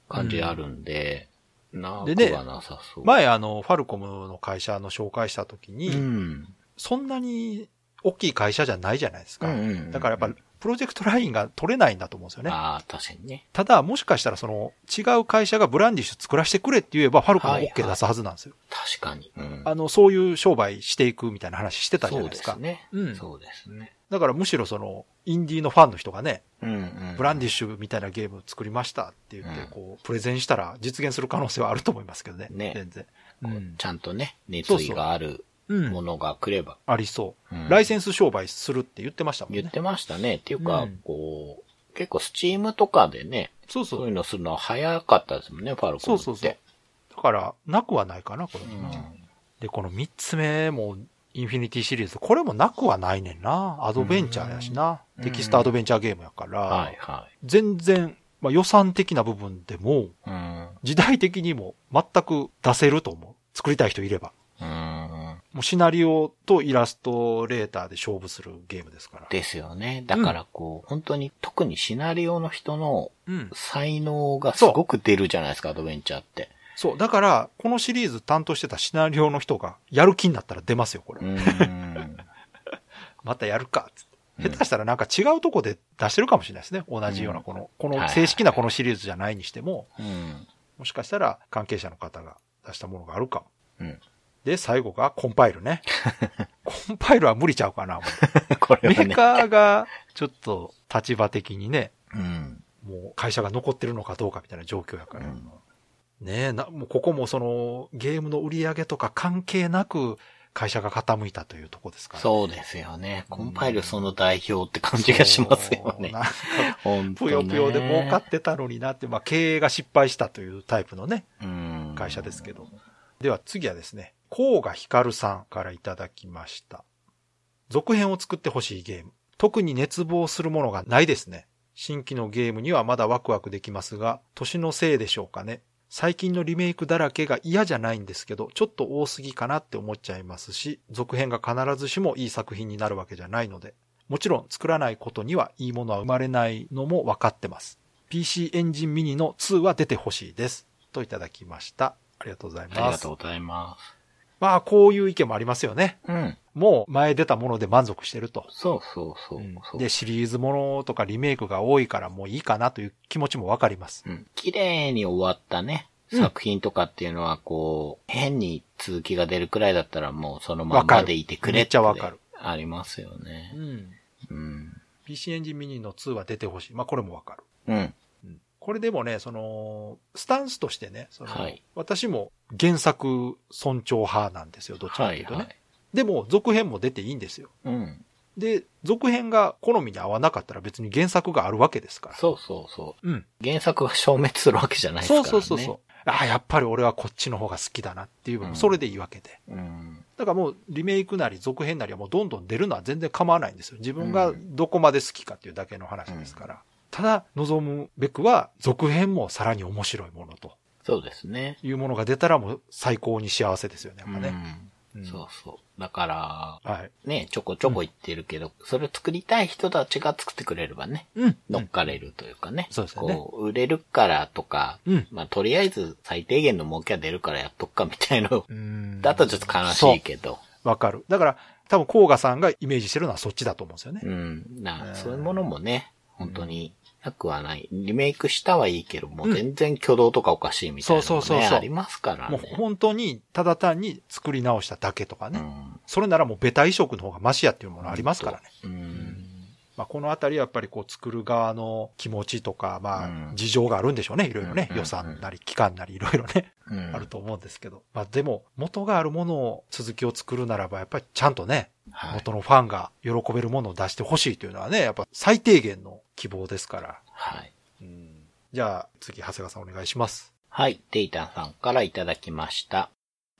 C: 感じあるんで、な
B: で
C: く
B: ね
C: はなさそう。
B: 前あの、ファルコムの会社の紹介した時に、
C: うん。
B: そんなに大きい会社じゃないじゃないですか。
C: うんうんうん
B: だからやっぱプロジェクトラインが取れないんだと思うんですよね。
C: ああ、確かにね。
B: ただ、もしかしたらその違う会社がブランディッシュ作らせてくれって言えば、ファルコンも
C: はいはい
B: OK 出すはずなんですよ。
C: 確かに。うん。
B: あの、そういう商売していくみたいな話してたじゃないですか。
C: そうですね。
B: うん
C: そうですね。
B: だからむしろその、インディーのファンの人がね、
C: うんうん。
B: ブランディ
C: ィ
B: ッシュみたいなゲーム作りましたって言って
C: うん、
B: こう、プレゼンしたら実現する可能性はあると思いますけどね。
C: ね
B: 全然。うん。
C: ちゃんとね、熱意がある
B: うん
C: ものが来れば。
B: ありそう、
C: うん
B: ライセンス商売するって言ってましたもんね。
C: 言ってましたね。っていうか、
B: うん
C: こう、結構スチームとかでね、
B: そうそ
C: そう
B: う。
C: いうのするのは早かったですもんね、ファルコ
B: そ
C: ン
B: う
C: って。
B: そうそう。だから、なくはないかな、これ。
C: うん
B: で、この三つ目も、インフィニティシリーズ、これもなくはないねんな。アドベンチャーやしな。
C: うん
B: テキストアドベンチャーゲームやから、
C: はいは
B: 全然、まあ、予算的な部分でも、
C: い。うん。
B: 時代的にも全く出せると思う。作りたい人いれば。
C: うん。
B: もうシナリオとイラストレーターで勝負するゲームですから。
C: ですよね。だからこう、本当に特にシナリオの人の
B: うん。
C: 才能がすごく出るじゃないですか、アドベンチャーって。
B: そう。だから、このシリーズ担当してたシナリオの人が、やる気になったら出ますよ、これ。
C: うーん。
B: またやるか、つって
C: うん
B: 下手したらなんか違うとこで出してるかもしれないですね。同じような、この、こ
C: はい
B: の
C: はい
B: 正式なこのシリーズじゃないにしても、
C: うん。
B: もしかしたら関係者の方が出したものがあるかも。
C: うん。
B: で、最後がコンパイルね。 コンパイルは無理ちゃうかな。も
C: こ
B: う
C: れ
B: メ
C: は
B: ー
C: ね。
B: カーが、ちょっと立場的にね、
C: うん。
B: もう会社が残ってるのかどうかみたいな状況やから。
C: うん
B: ねえ、な、もうここもその、ゲームの売り上げとか関係なく、会社が傾いたというとこですから。
C: そうですよね。コンパイルその代表って感じがしますよ
B: そ
C: ね
B: う。なんか
C: 本
B: ぷ
C: 当ね
B: よぷよで儲かってたのになって、まあ経営が失敗したというタイプのね、
C: うん
B: 会社ですけど。では次はですね、甲賀ひかるさんからいただきました。続編を作ってほしいゲーム。特に熱望するものがないですね。新規のゲームにはまだワクワクできますが、年のせいでしょうかね。最近のリメイクだらけが嫌じゃないんですけど、ちょっと多すぎかなって思っちゃいますし、続編が必ずしもいい作品になるわけじゃないので、もちろん作らないことにはいいものは生まれないのも分かってます。PC エンジンミニの2は出てほしいです。といただきました。ありがとうござい
C: あり
B: ま
C: が
B: す
C: と。うございます。
B: まあ、こういう意見もありますよね。
C: うん。
B: もう前出たもので満足してると。
C: そうそうそう
B: うん
C: そう。
B: で、シリーズものとかリメイクが多いからもういいかなという気持ちもわかります。
C: うん綺麗に終わったね、
B: うん
C: 作品とかっていうのは、こう、変に続きが出るくらいだったらもうそのま
B: わか
C: ま
B: る
C: でいてくれ
B: めっちゃわかる。
C: ありますよね。
B: ん。
C: うん。
B: PC エンジンミニの2は出てほしい。まあ、これもわかる。
C: うん。
B: うんこれでもね、その、スタンスとしてね、その
C: はい
B: 私も原作尊重派なんですよ、どっちかと
C: は
B: いう
C: い
B: とね。
C: はい。
B: でも、続編も出ていいんですよ。
C: うん。
B: で、続編が好みに合わなかったら別に原作があるわけですから。。
C: そうそうそう
B: ん。
C: う。原作が消滅するわけじゃないですか
B: そ
C: ら
B: う
C: ね。
B: そうそうそう。ああ、やっぱり俺はこっちの方が好きだなっていう部
C: う
B: 分、
C: ん
B: それでいいわけで。
C: う。うん。
B: だからもうリメイクなり続編なりはもうどんどん出るのは全然構わないんですよ。自分がどこまで好きかっていうだけの話ですから。ただ、望むべくは続編もさらに面白いものと
C: そうですね。
B: いうものが出たらもう最高に幸せですよね、やっぱね。
C: うん。
B: ん
C: そうそう。だから、
B: はい。
C: ね、ちょこちょこ言ってるけど、それを作りたい人たちが作ってくれればね、
B: うん。
C: 乗っかれるというかね。
B: そうですよね
C: こう、売れるからとか、
B: うん。
C: まあ、とりあえず最低限の儲けは出るからやっとくかみたいなの。
B: うん。
C: だとちょっと悲しいけど。
B: そう。わかる。だから、多分、甲賀さんがイメージしてるのはそっちだと思うんですよね。
C: うん。
B: う
C: な、
B: ん
C: そういうものもね、本当になくはない。リメイクしたはいいけど、もううん全然挙動とかおかしいみたいなの
B: そう
C: も
B: そう
C: ね、
B: そうそう
C: ありますから
B: もう
C: ね。
B: 本当に、ただ単に作り直しただけとか
C: う
B: ね。
C: ん。
B: それならもうベタ移植の方がマシやっていうものありますからね。
C: うん。
B: まあ、このあたりはやっぱりこう作る側の気持ちとか、ま
C: う
B: あ
C: ん、
B: 事情があるんでしょうね。いろいろね
C: う。ん
B: 予算なり、期間なり、いろいろね、
C: うん
B: あると思うんですけど。まあ、でも、元があるものを、続きを作るならば、やっぱりちゃんとね、
C: はい。
B: 元のファンが喜べるものを出してほしいというのはね、やっぱ最低限の希望ですから。
C: はい。
B: じゃあ、次、長谷川さんお願いします。
C: はい。デイタンさんからいただきました。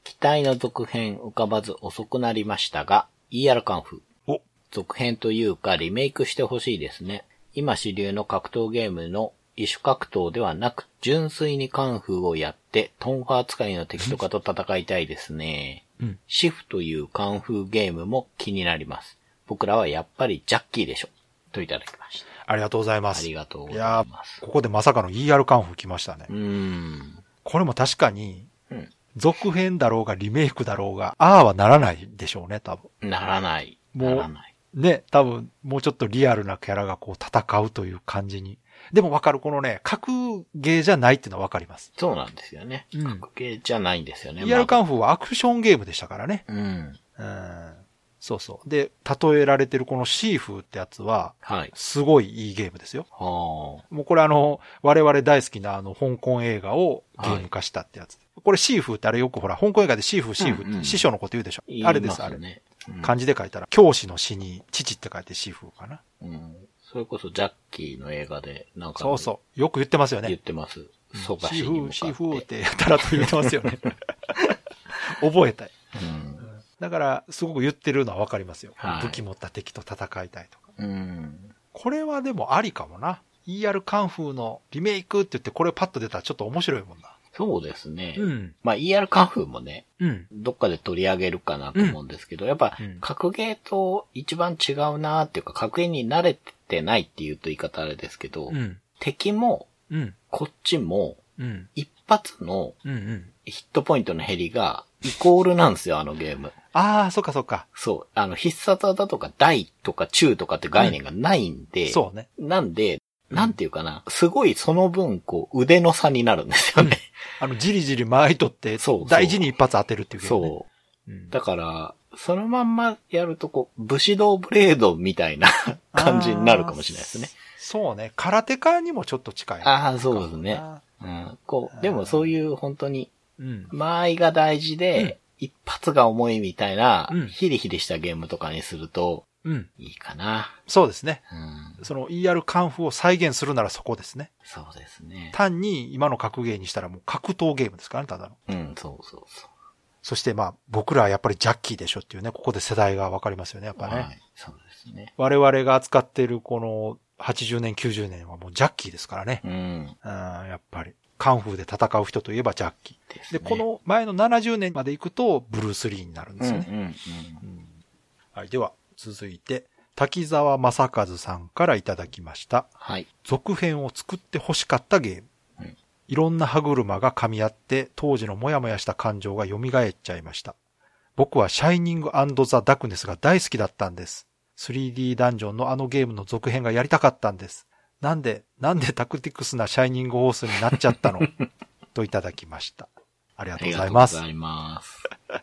C: 期待の続編浮かばず遅くなりましたが、ER カンフ。
B: お
C: 続編というかリメイクしてほしいですね。今主流の格闘ゲームの異種格闘ではなく、純粋にカンフーをやって、トンファー使いの敵とかと戦いたいですね。
B: うん
C: シフというカンフーゲームも気になります。僕らはやっぱりジャッキーでしょ。といただきました。
B: ありがとうございます。
C: ありがとうござい
B: やー
C: ます
B: ここでまさかの ER カンフ来ましたね
C: う。ーん。
B: これも確かに、
C: うん。
B: 続編だろうがリメイクだろうが、ああはならないでしょうね、多分。
C: ならない。
B: もう
C: ならない。
B: ね、多分、もうちょっとリアルなキャラがこう戦うという感じに。でもわかる、このね、格ゲーじゃないっていうのはわかります。
C: そうなんですよね。
B: うん
C: 格ゲーじゃないんですよね。
B: リアルカン
C: フ。
B: フーはアクションゲームでしたからね。
C: うん。
B: うん。そうそう。で、例えられてるこのシーフーってやつは、
C: はい。
B: すごいいいゲームですよ。
C: は
B: もうこれあの、我々大好きなあの、香港映画をゲーム化したってやつ。これシーフーってあれよくほら、香港映画でシーフーシーフーって、
C: うんうん
B: 師匠のこと言うでしょ。
C: あ。
B: あれです、あれ。
C: ね。うん
B: 漢字で書いたら、教師の死に、父って書いてシーフーかな。
C: うん。それこそジャッキーの映画で、なんか、
B: そうそう。よく言ってますよ
C: 言っ
B: ね。
C: てます。そば
B: シ
C: し
B: ー
C: に
B: フ
C: 向
B: ー、シ
C: か
B: ー
C: って。
B: フーってやたらと言ってますよ ね。覚えたい。
C: うん。
B: だから、すごく言ってるのはわかりますよ。
C: はい
B: 武器持った敵と戦いたいとか。
C: うん。
B: これはでもありかもな。ER カンフーのリメイクって言って、これパッと出たらちょっと面白いもんな。
C: そうですね。
B: うん。
C: まあ、ER カンフーもね、
B: うん。
C: どっかで取り上げるかなと思うんですけど、やっぱ
B: うん、
C: 格ゲーと一番違うなーっていうか、格ゲーに慣れてないっていうと言い方あれですけど、
B: うん。
C: 敵も、
B: うん。
C: こっちも、
B: うん。
C: 一発の
B: うんうん。
C: ヒットポイントの減りがイコールなんですよ、あのゲーム。
B: ああ、そっかそっか。
C: そう。あの、必殺技とか大とか中とかって概念がないんで、
B: そうね。
C: なんで、なんていうかな、すごいその分、こう、腕の差になるんですよね。
B: あの、じりじり間合いとって
C: そうそ、う
B: 大事に一発当てるっていうゲームね。
C: そう。
B: うん
C: だから、そのまんまやると、こう、武士道ブレードみたいな 感じになるかもしれないですね。
B: そうね。空手家にもちょっと近い。
C: ああー、そうですね。うん、こう、でもそういう本当に、
B: うん。
C: 間合いが大事で、一発が重いみたいな
B: うん、
C: ヒリヒリしたゲームとかにすると、
B: うん。
C: いいかな。
B: そうですね。
C: うん、
B: その ER カンフを再現するならそこですね。
C: そうですね。
B: 単に今の格ゲーにしたらもう格闘ゲームですからね、ただの。
C: うん、そうそうそう。
B: そしてまあ、僕らはやっぱりジャッキーでしょっていうね、ここで世代がわかりますよね、やっぱね。
C: はい、そうですね。
B: 我々が扱っているこの80年、90年はもうジャッキーですからね。
C: うん。
B: うん、やっぱり。カンフーで戦う人といえばジャッキ
C: で
B: ー。で、この前の70年まで行くと、ブルース・リーになるんで
C: ですす
B: よね。
C: ね、うんうんうん
B: はい、では、続いて、滝沢正和さんからいただきました。
C: はい。
B: 続編を作って欲しかったゲーム。
C: うん
B: いろんな歯車が噛み合って、当時のモヤモヤした感情が蘇っちゃいました。僕はシャイニングザ・ダークネスが大好きだったんです。3D ダンジョンのあのゲームの続編がやりたかったんです。なんで、なんでタクティクスなシャイニングホースになっちゃ ったのといただきました。ありが
C: あ
B: とう
C: り
B: ご
C: が
B: ざ
C: と
B: いうま
C: ご
B: す。
C: ざいます。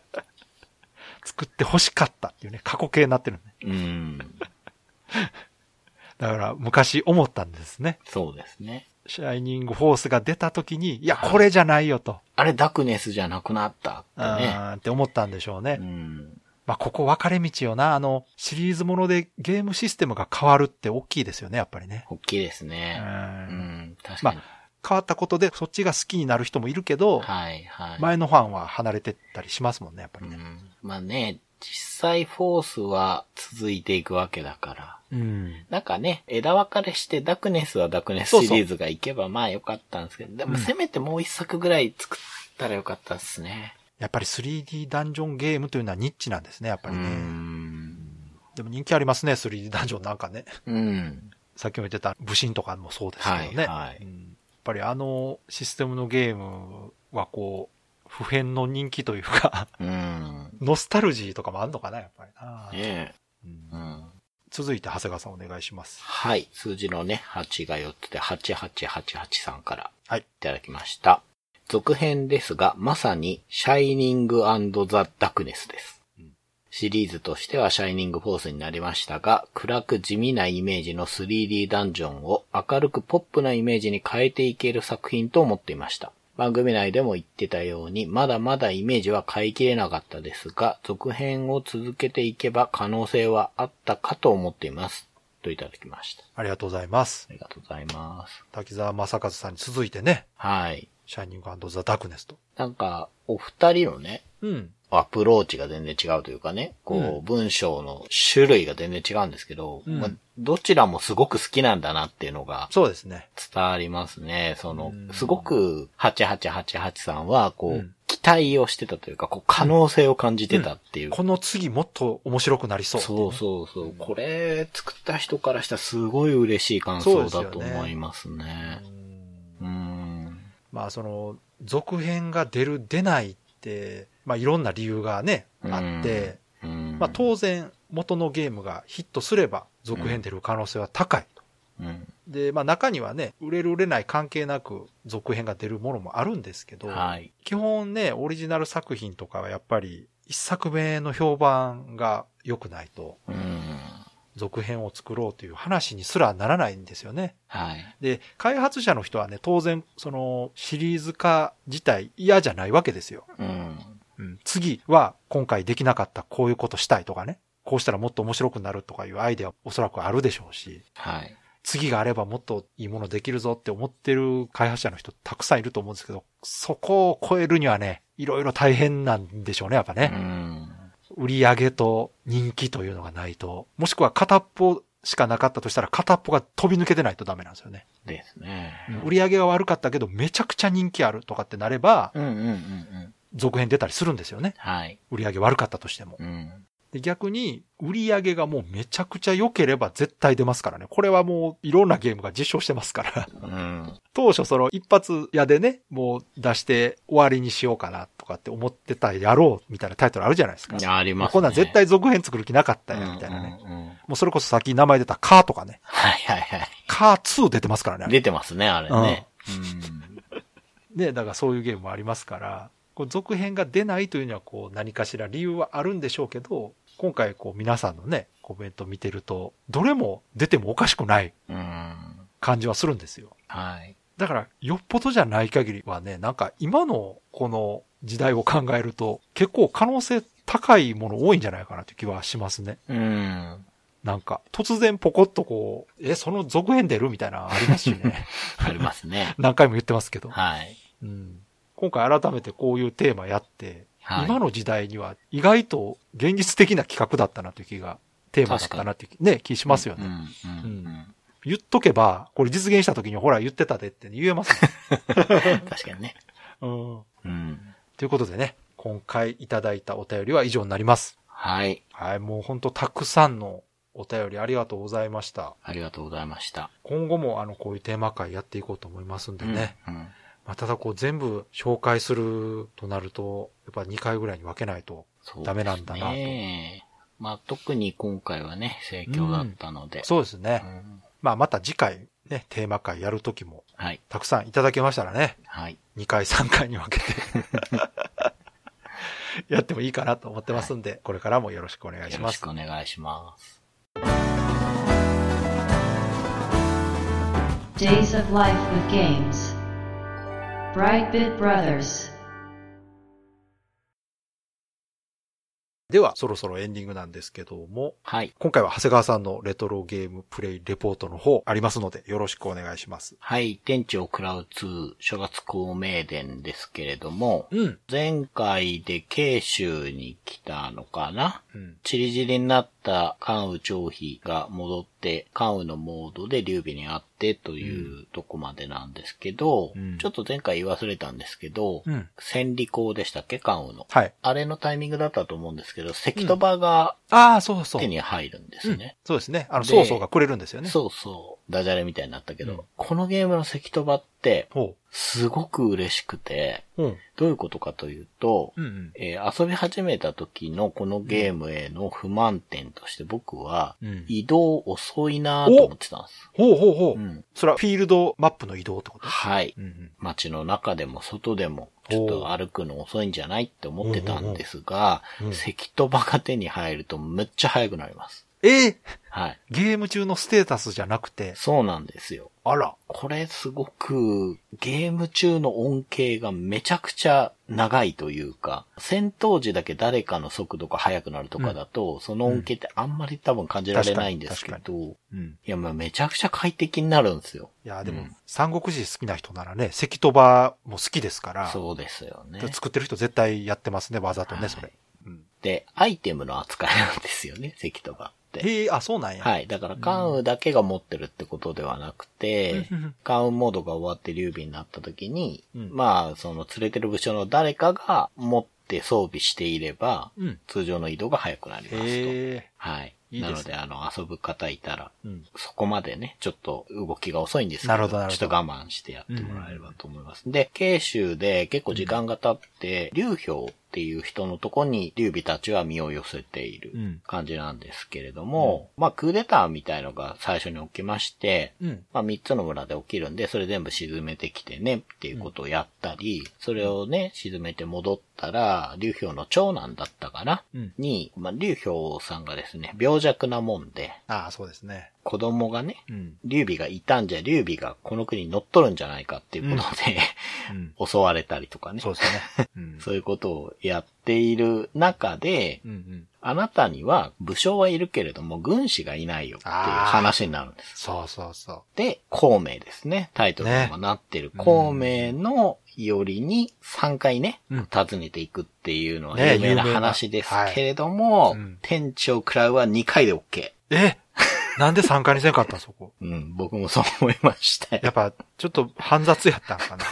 B: 作って欲しかったっていうね、過去形になってるね。
C: うん。
B: だから昔思ったんですね。
C: そうですね。
B: シャイニングフォースが出た時に、いや、これじゃないよと、
C: あれ、ダクネスじゃなくなった
B: う
C: ってね。
B: ーんって思ったんでしょうね。
C: うん。
B: まあ、ここ分かれ道よな。あの、シリーズものでゲームシステムが変わるって大きいですよね、やっぱりね。
C: 大きいです
B: う
C: ね。うんん。確かに。
B: 変わったことで、そっちが好きになる人もいるけど、
C: はい、はい。
B: 前のファンは離れてったりしますもんね、やっぱ
C: う
B: りね。
C: ん、まあね、実際フォースは続いていくわけだから。
B: うん。
C: なんかね、枝分かれしてダクネスはダクネス
B: そうそう
C: シリーズがいけばまあよかったんですけど、で
B: うん
C: もせめてもう一作ぐらい作ったらよかったですね。
B: やっぱり 3D ダンジョンゲームというのはニッチなんですね、やっぱ
C: う
B: りね。
C: ん。
B: でも人気ありますね、3D ダンジョンなんかね。
C: うん。
B: さっきも言ってた武神とかもそうですけどね。
C: はいはい
B: うんやっぱりあのシステムのゲームはこう、普遍の人気というか、
C: うん。
B: ノスタルジーとかもあるのかな、やっぱりな。
C: ね
B: う
C: え。うんん。
B: 続いて、長谷川さんお願いします。
C: はい。数字のね、8が4つで、8888さんから
B: はい。
C: いただきました。続編ですが、まさに、シャイニングザ・ダクネスです。シリーズとしてはシャイニングフォースになりましたが、暗く地味なイメージの 3D ダンジョンを明るくポップなイメージに変えていける作品と思っていました。番組内でも言ってたように、まだまだイメージは変えきれなかったですが、続編を続けていけば可能性はあったかと思っています。といただきました。
B: ありがとうございます
C: あ。りがとうございます。
B: 滝沢正和さんに続いてね、
C: はい。
B: シャイニングザ・ダークネスと。
C: なんか、お二人のね、
B: うん。
C: アプローチが全然違うというかね、
B: う
C: こ
B: ん
C: う、文章の種類が全然違うんですけど、
B: うん
C: まあどちらもすごく好きなんだなっていうのが
B: そうですね。
C: 伝わりますね。その
B: うん、
C: すごく8888さんは、こう、
B: うん
C: 期待をしてたというか、こう、可能性を感じてたっていう。
B: この次もっと面白くなりそうっていね、
C: そうそうそう、これ、作った人からしたらすごい嬉しい感想だと思いますね。
B: うん
C: うん。
B: まあその続編が出る出ないって、まあいろんな理由がね、
C: うん
B: あって、
C: うん。
B: まあ当然元のゲームがヒットすれば続編出る可能性は高いと。
C: うん。
B: で、まあ中にはね、売れる売れない関係なく続編が出るものもあるんですけど、
C: はい。
B: 基本ね、オリジナル作品とかはやっぱり一作目の評判が良くないと
C: うん。
B: 続編を作ろうという話にすらならないんですよね。
C: はい。
B: で、開発者の人はね、当然、その、シリーズ化自体嫌じゃないわけですよ。
C: うん。
B: うん。次は、今回できなかったこういうことしたいとかね。こうしたらもっと面白くなるとかいうアイデアおそらくあるでしょうし、
C: はい。
B: 次があればもっといいものできるぞって思ってる開発者の人たくさんいると思うんですけど、そこを超えるにはね、いろいろ大変なんでしょうね、やっぱ
C: う
B: ね。
C: ん。
B: 売り上げと人気というのがないと、もしくは片っぽしかなかったとしたら片っぽが飛び抜けてないとダメなんですよね。
C: ですね。
B: 売り上げが悪かったけど、めちゃくちゃ人気あるとかってなれば、
C: うんうんうんうん。
B: 続編出たりするんですよね。
C: はい。
B: 売り上げ悪かったとしても。
C: うん。
B: で逆に、売り上げがもうめちゃくちゃ良ければ絶対出ますからね。これはもういろんなゲームが実証してますから。
C: うん。
B: 当初その一発屋でね、もう出して終わりにしようかなとかって思ってたやろうみたいなタイトルあるじゃないですか。
C: いやありますね。
B: こんなん絶対続編作る気なかった
C: うん、
B: よみたいなね。
C: うんうん
B: もうそれこそさっき名前出たカーとかね。
C: はいはいは
B: カー2出てますからねあ
C: い。
B: れ。
C: 出てますね、あれね。
B: ね、だからそういうゲームもありますから、こう続編が出ないというにはこう何かしら理由はあるんでしょうけど、今回こう皆さんのね、コメント見てると、どれも出てもおかしくない
C: うん。うん。
B: 感じはするんですよ。
C: はい。
B: だから、よっぽどじゃない限りはね、なんか今のこの時代を考えると、結構可能性高いもの多いんじゃないかなという気はしますね。
C: うん。
B: なんか、突然ポコッとこう、え、その続編出るみたいなのありますしね。。
C: ありますね
B: 何回も言ってますけど。
C: はい。
B: うん、今回改めてこういうテーマやって、
C: はい。
B: 今の時代には意外と現実的な企画だったなという気が、テーマだったなという気、ね、気しますよね。
C: うん。うん。
B: 言っとけば、これ実現した時にほら言ってたでって言えますね、
C: うん、確かにね。
B: うん。
C: うん。
B: ということでね、今回いただいたお便りは以上になります。
C: はい。
B: はい、もうほんとたくさんのお便りありがとうございました。
C: ありがとうございました。
B: 今後もあの、こういうテーマ会やっていこうと思いますんでね。
C: うん。うん
B: まあ、ただこう全部紹介するとなると、やっぱ2回ぐらいに分けないと。
C: そうですね
B: ダメなんだなと
C: まあ特に今回はね、盛況だったので。
B: そうです
C: う
B: ね。
C: ん
B: まあ、また次回ね、テーマ会やるときも、
C: はい。
B: たくさんいただけましたらね、
C: はい。
B: 2回3回に分け て。やってもいいかなと思ってますんで、これからもよろしくお願い
C: よ
B: し
C: ろ
B: ま
C: し
B: す。
C: くお願いします。
A: Days of Life with Games. Brightbit Brothers.
B: では、そろそろエンディングなんですけども、
C: はい。
B: 今回は長谷川さんのレトロゲームプレイレポートの方ありますので、よろしくお願いします。
C: はい。天地を食らう2、諸月孔明伝ですけれども、
B: うん。
C: 前回で慶州に来たのかな
B: うん。
C: チリジリになった関羽張飛が戻って、関羽のモードで劉備に会ってというとこまでなんですけど、
B: うん
C: ちょっと前回言い忘れたんですけど、
B: うん。
C: 千里公でしたっけ関羽の。
B: はい。
C: あれのタイミングだったと思うんですけど、関戸場が
B: ああ、そうそう。
C: 手に入るんですね。
B: そうですね。あの、
C: で
B: 曹操がくれるんですよね。
C: そうそう。ダジャレみたいになったけど、
B: うん
C: このゲームの関戸場って、
B: ほ
C: すごく嬉しくて、
B: う。うん。
C: どういうことかというと、
B: うんうん。
C: えー遊び始めた時のこのゲームへの不満点として僕は、
B: うん
C: 移動遅いなと思ってたんです。
B: ほうほうほう。
C: うん
B: それはフィールドマップの移動ってこと
C: はい。
B: んうん。
C: 街の中でも外でも、ちょっと歩くの遅いんじゃないって思ってたんですが
B: うんうんうん、
C: 関戸場が手に入るとめっちゃ速くなります。
B: えー
C: はい。
B: ゲーム中のステータスじゃなくて、
C: そうなんですよ。
B: あら。
C: これすごくゲーム中の恩恵がめちゃくちゃ長いというか、戦闘時だけ誰かの速度が速くなるとかだと、その恩恵ってあんまり多分感じられないんですけ
B: 確
C: ど、い
B: うん。
C: やまあめちゃくちゃ快適になるんですよ。
B: いや、でも、
C: うん
B: 三国志好きな人ならね、関戸場も好きですから、
C: そうですよね。
B: 作ってる人絶対やってますね、わざとね、それ。うん。
C: で、アイテムの扱いなんですよね、 関とかって。
B: へえ、あ、そうなんや。
C: はい。だから、関羽だけが持ってるってことではなくて
B: うんうん、
C: 関羽モードが終わって劉備になった時に、
B: うん
C: まあ、その連れてる部署の誰かが持って装備していれば、
B: うん。
C: 通常の移動が早くなりますと。
B: へえ。
C: はい。
B: いいですね
C: なので、あの、遊ぶ方いたら、
B: うん。
C: そこまでね、ちょっと動きが遅いんですけど、
B: なるほどなるほど
C: ちょっと我慢してやってもらえればと思います。で、慶州で結構時間が経って、劉氷っていう人のとこに劉備たちは身を寄せている
B: うん
C: 感じなんですけれども、まあクーデターみたいのが最初に起きまして、
B: うん。
C: まあ、三つの村で起きるんで、それ全部沈めてきてね、っていうことをやったり、それをね、沈めて戻ったら、劉氷の長男だったかな、
B: うん
C: に、まあ、劉氷さんがですね、病弱なもんで、
B: ああ、そうですね。
C: 子供がね、
B: うん。
C: 劉備がいたんじゃ、劉備がこの国に乗っ取るんじゃないかっていうことで、
B: うん。
C: 襲われたりとかね。
B: そうです ね。うん。
C: そういうことをやっている中で、
B: うんうん。
C: あなたには武将はいるけれども軍師がいないよっていう話になるんです。
B: そうそうそ
C: で、孔明ですね。タイトルにもなってる。孔明のよりに3回ね、
B: うん
C: 訪ねていくっていうのは
B: ね
C: 有名な
B: 有名な
C: 話ですけれども、
B: はいうん
C: 天地を食らうは2回で OK。
B: う。え なんで参加にせんかったんそこ。
C: うん、僕もそう思いましたよ
B: やっぱ、ちょっと煩雑やったんかな。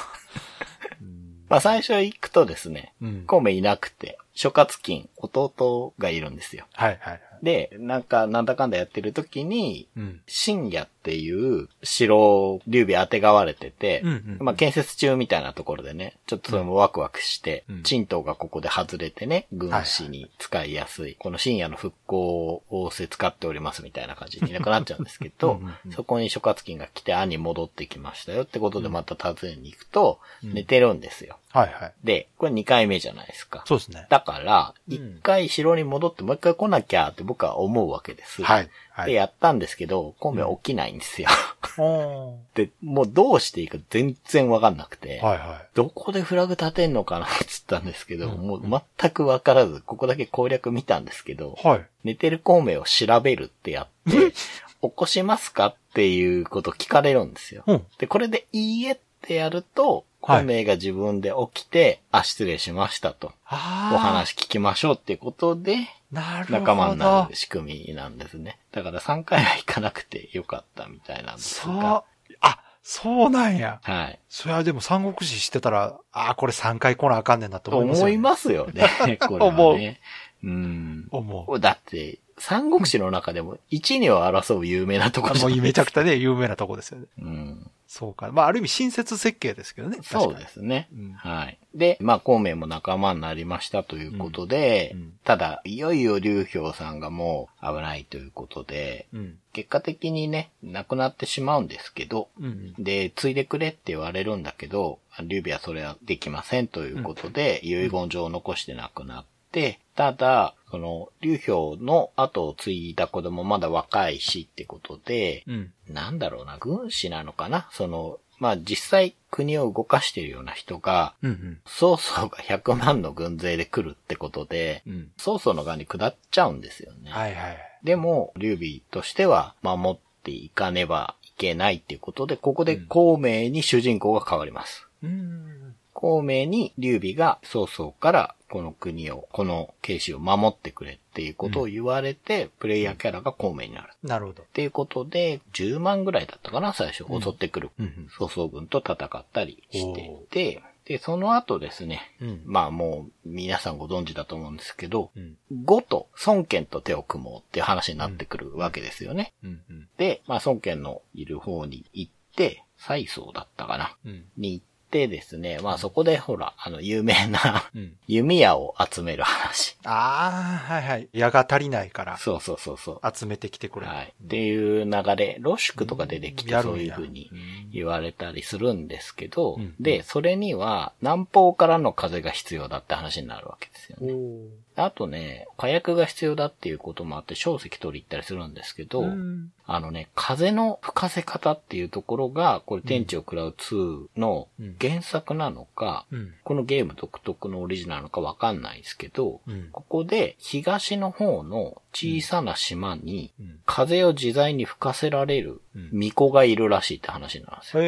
B: うん
C: まあ最初行くとですね、
B: うん。
C: 孔明いなくて、諸葛金、弟がいるんですよ。
B: はいはいはい。
C: で、なんか、なんだかんだやってる時に、
B: うん。
C: 深夜っていう城を劉備当てがわれてて、
B: うんうんうん
C: まあ建設中みたいなところでね、ちょっとそれもワクワクして、
B: うん
C: 陳東がここで外れてね、軍師に使いやすい、この深夜の復興を仰せ使っておりますみたいな感じにいな くなっちゃうんですけ
B: う
C: ど
B: んうんう、ん
C: そこに諸葛金が来て、兄戻ってきましたよってことでまた訪ねに行くと、
B: うん
C: 寝てるんですよ。
B: はいはい。
C: で、これ2回目じゃないですか。
B: そうですね。
C: だから、
B: うん
C: 一回城に戻ってもう一回来なきゃって僕は思うわけです。
B: はい。は
C: で、
B: い。
C: やったんですけど、孔明起きないんですよ。
B: おー
C: で、もうどうしていいか全然わかんなくて、
B: はいは
C: どこでフラグ立てんのかなって言ったんですけど、
B: うん
C: もう全くわからず、ここだけ攻略見たんですけど、
B: い。はい。
C: 寝てる孔明を調べるってやって、起こしますかっていうこと聞かれるんですよ。
B: うん。
C: で、これでいいえってやると、
B: はい
C: 孔明が自分で起きて、あ、失礼しましたと。
B: あ
C: お話聞きましょうってことで、
B: なるほど。
C: 仲間になる仕組みなんですね。だから3回は行かなくてよかったみたいなんですが
B: そ。う、あ、そうなんや。
C: はい。
B: それはでも三国志してたら、あーこれ3回来なあかんねんなと
C: と
B: 思いますよ、
C: 思
B: ね。
C: いますよね。 これ
B: 思
C: は
B: う
C: ね。うん。
B: 思う。
C: だって、三国志の中でも一二を争う有名なとこ
B: あ
C: ろじ
B: も
C: ゃ な
B: う
C: い
B: めちゃくちゃね、有名なとこですよね。
C: うん。
B: そうか。まあ、ある意味親切設計ですけどね。確かに
C: そうで。すね。
B: うん
C: はい。で、まあ、孔明も仲間になりましたということで、
B: うんうん
C: ただ、いよいよ劉氷さんがもう危ないということで、
B: うん。
C: 結果的にね、亡くなってしまうんですけど、
B: うん。
C: で、継いでくれって言われるんだけど、劉備はそれはできませんということで、遺言状を残して亡くなって、ただ、その、劉氷の後を継いだ子供まだ若いしってことで、
B: うん。
C: なんだろうな、軍師なのかなその、まあ実際国を動かしてるような人が、
B: うん。うん。
C: 曹操が100万の軍勢で来るってことで、
B: うん。
C: 曹操の側に下っちゃうんですよね。
B: はいはい。
C: でも、劉備としては守っていかねばいけないっていうことで、ここで孔明に主人公が変わります。
B: うん。
C: 孔明に劉備が曹操からこの国を、この慶州を守ってくれっていうことを言われて、プレイヤーキャラが孔明になる。っ
B: なるほど。
C: ていうことで、10万ぐらいだったかな、最初。襲ってくる
B: うんうん。
C: 曹操軍と戦ったりして
B: おー
C: いて、で、その後ですね、
B: うん
C: まあもう皆さんご存知だと思うんですけど、
B: うん。
C: 呉と孫権と手を組もうっていう話になってくるわけですよね。
B: うん。うん。
C: で、まあ、孫権のいる方に行って、西曹だったかな
B: うん。
C: に行ってですね、まあそこでほら、あの、有名な
B: うん。
C: 弓矢を集める話。
B: ああ、はいはい。矢が足りないから、
C: そうそうそうそ
B: 集めてきてく
C: う。
B: れ。
C: はい。っていう流れ、ロシュクとか出てきて
B: やるん
C: そ
B: や
C: ういう風に言われたりするんですけど
B: うん、
C: で、それには南方からの風が必要だって話になるわけですよね。
B: お
C: あとね、火薬が必要だっていうこともあって、小石取り行ったりするんですけど、
B: うん。
C: あのね、風の吹かせ方っていうところが、これ天地を食らう2の原作なのか、
B: うん。
C: このゲーム独特のオリジナルなのかわかんないですけど、
B: うん。
C: ここで東の方の小さな島に
B: うん。
C: 風を自在に吹かせられる
B: うん
C: 巫女がいるらしいって話なんですよ。
B: へ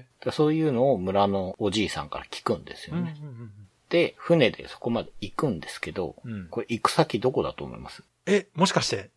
B: え。
C: でそういうのを村のおじいさんから聞くんですよ
B: うん。う
C: ね。
B: ん。
C: で、船でそこまで行くんですけど、
B: うん
C: これ行く先どこだと思います
B: え、もしかして、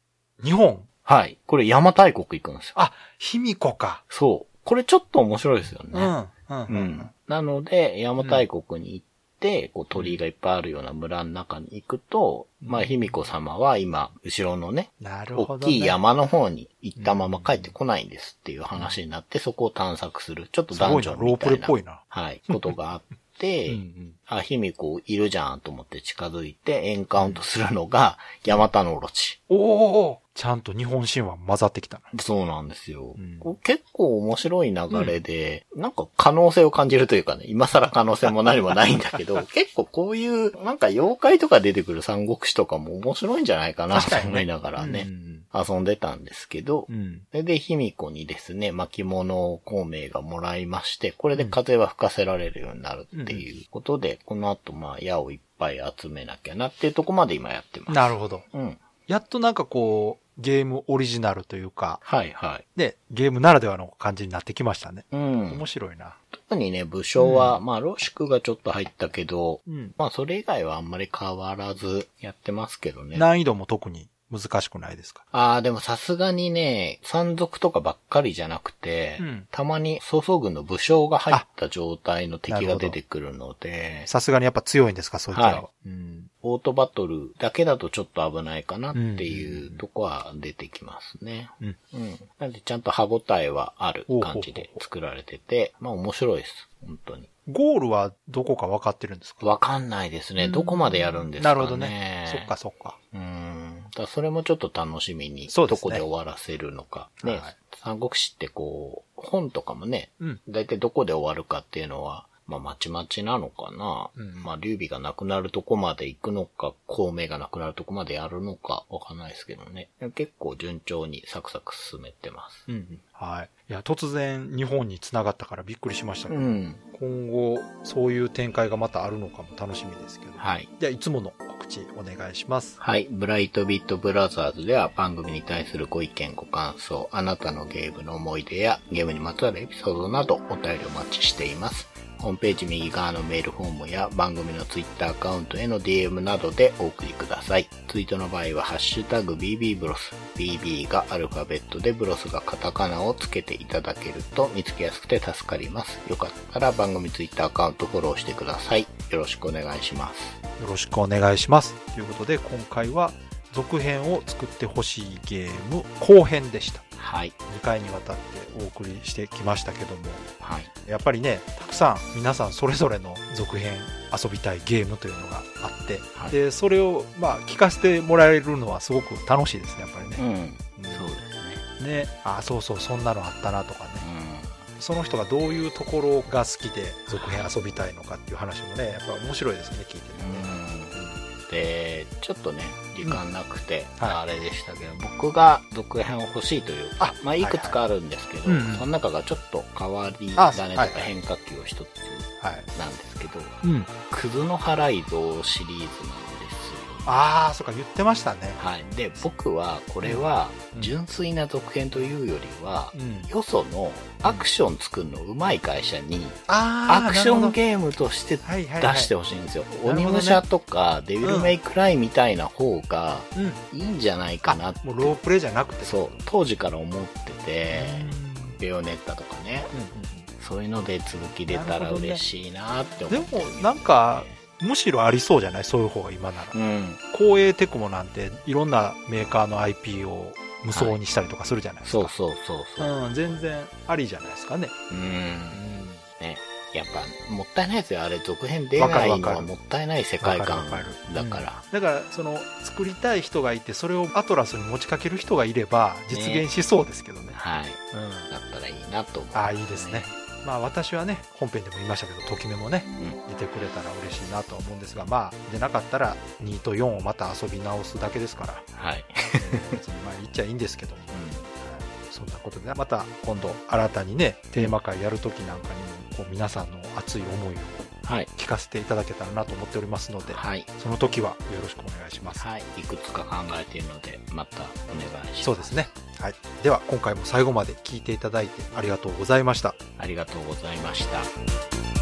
B: 日本
C: はい。これ山大国行くんですよ。
B: あ、卑弥呼か。
C: そう。これちょっと面白いですよ
B: う
C: ね。
B: ん。うん。
C: うん。なので、邪馬台国に行って、こう鳥居がいっぱいあるような村の中に行くと、まあ、卑弥呼様は今、後ろのね、
B: なるほ
C: 大
B: ど、ね。
C: きい山の方に行ったまま帰ってこないんですっていう話になって、そこを探索する。ちょっと
B: すご
C: 男
B: いな、
C: 女
B: ロー
C: み
B: プ
C: た
B: レ
C: い
B: っ
C: な。
B: ぽいな。
C: はい、ことがあって、
B: うん
C: あ、卑弥呼いるじゃんと思って近づいてエンカウントするのが、ヤマタノオロチ。
B: おーおーちゃんと日本神話混ざってきたな。
C: そうなんですよ。
B: うん
C: こう結構面白い流れで、なんか可能性を感じるというかね、今更可能性も何もないんだ けど、結構こういう、なんか妖怪とか出てくる三国志とかも面白いんじゃないかなと思いながらね、遊んでたんですけど
B: う、ん。
C: それで、卑弥呼にですね、巻物を孔明がもらいまして、これで風は吹かせられるようになるっていうことで、この後まあ矢をいっぱい集めなきゃなっていうとこまで今やってます。
B: なるほど。
C: うん。
B: やっとなんかこう、ゲームオリジナルというか、
C: はいはい。
B: ね、ゲームならではの感じになってきましたね。
C: うん。
B: 面白いな。
C: 特にね、武将は、まあ、ロシクがちょっと入ったけど、
B: うん。
C: まあ、それ以外はあんまり変わらずやってますけどね。
B: 難易度も特に難しくないですか
C: ああ、でもさすがにね、山賊とかばっかりじゃなくて、
B: うん
C: たまに曹操軍の武将が入った状態の敵が出てくるので、
B: さすがにやっぱ強いんですかそいつらは。
C: はい、うん。オートバトルだけだとちょっと危ないかなっていうとこは出てきますね。
B: うん。
C: うん。なんでちゃんと歯応えはある感じで作られてて、まあ面白いです。本当に。
B: ゴールはどこか分かってるんですか
C: わかんないですね。どこまでやるんですか
B: な
C: ね。
B: るほどね。そっか。そっか。
C: うん。だからそれもちょっと楽しみに、
B: そうで
C: ど
B: すね
C: こで終わらせるのか。ね、
B: はい
C: 三国志ってこう、本とかもね、
B: うん。
C: だいたいどこで終わるかっていうのは、まあ、まちまちなのかな。
B: うん
C: まあ、劉備がなくなるとこまで行くのか、孔明がなくなるとこまでやるのか、わかんないですけどね。結構順調にサクサク進めてます。
B: うん。はい。いや、突然日本に繋がったからびっくりしましたけ
C: う
B: ど、
C: ん。
B: 今後、そういう展開がまたあるのかも楽しみですけど。
C: はい。
B: じゃあ、いつもの告知お願いします。
C: はい。ブライトビットブラザーズでは番組に対するご意見、ご感想、あなたのゲームの思い出やゲームにまつわるエピソードなどお便りお待ちしています。ホームページ右側のメールフォームや番組のツイッターアカウントへの DM などでお送りください。ツイートの場合はハッシュタグ BB ブロス。BB がアルファベットでブロスがカタカナをつけていただけると見つけやすくて助かります。よかったら番組ツイッターアカウントフォローしてください。よろしくお願いします。
B: よろしくお願いします。ということで、今回は続編を作ってほしいゲーム後編でした。
C: はい。
B: 2回にわたってお送りしてきましたけども、
C: はい。
B: やっぱりね、たくさん皆さんそれぞれの続編遊びたいゲームというのがあって、
C: はい
B: で、それをまあ聞かせてもらえるのはすごく楽しいですね、やっぱり
C: う
B: ね。
C: ん。
B: うん
C: そうですね。
B: ね、あ、そうそう、そんなのあったなとかね。
C: う
B: その人がどういうところが好きで続編遊びたいのかっていう話もね、やっぱ面白いですね、聞いてて
C: ん
B: ね。
C: で、ちょっとね、時間なくて、
B: うんはい
C: あれでしたけど、僕が続編を欲しいというか
B: あ、
C: まあ、いくつかあるんですけど、
B: はいはいうんうん
C: その中がちょっと変わり
B: あ
C: 種と
B: は
C: か
B: いはい
C: 変化球を一つ
B: はい。
C: なんですけど、
B: うん。
C: クズの払い道シリーズなんですよ。
B: ああ、そっか、言ってましたね。
C: はい。で、僕は、これは
B: うん、
C: 純粋な続編というよりは、
B: うん。
C: よそのアクション作るのうまい会社に、
B: あ
C: アクションゲームとして
B: ーはいはい、
C: 出
B: はい、
C: してほしいんですよ。
B: なるほどね
C: 鬼武者とかデビルメイクライみたいな方が
B: うん。
C: いいんじゃないかなって、
B: もうロープレイじゃなくて。
C: そう、当時から思って
B: うん。
C: て、ベヨネッタとかね、そういうので続き出た
B: なる
C: ら
B: ほどね
C: 嬉しいなって
B: うんう
C: 思
B: ん
C: っ
B: で
C: て、
B: も、なんか、むしろありそうじゃないそういう方が今なら。
C: うん、
B: 光栄テクモなんて、いろんなメーカーの IP を無双にしたりとかするじゃないですか。
C: そうそうそうそう。
B: うん、全然ありじゃないですかね。
C: うん
B: うん
C: ね、やっぱ、もったいないですよ。あれ、続編出
B: わか
C: な
B: るわ
C: いの
B: かる
C: はもったいない世界観
B: わかるわる
C: だから。
B: だからその作りたい人がいてそれをアトラスに持ちかける人がいれば実現しそうですけどね
C: はい。
B: うん、
C: だったらいいなと思う。
B: ああいいですねまあ私はね本編でも言いましたけどときめもね
C: うん
B: 出てくれたら嬉しいなとは思うんですがまあ出なかったら2と4をまた遊び直すだけですから、
C: はい。
B: うん別にまあ言っちゃいいんですけども、そんなことでまた今度新たにねテーマ会やるときなんかにもこう皆さんの熱い思いを
C: はい。
B: 聞かせていただけたらなと思っておりますので
C: はい。
B: その時はよろしくお願いします、
C: はい、いくつか考えているので、またお願いします。
B: そうですね。はい。では、今回も最後まで聞いていただいてありがとうございました。
C: ありがとうございました。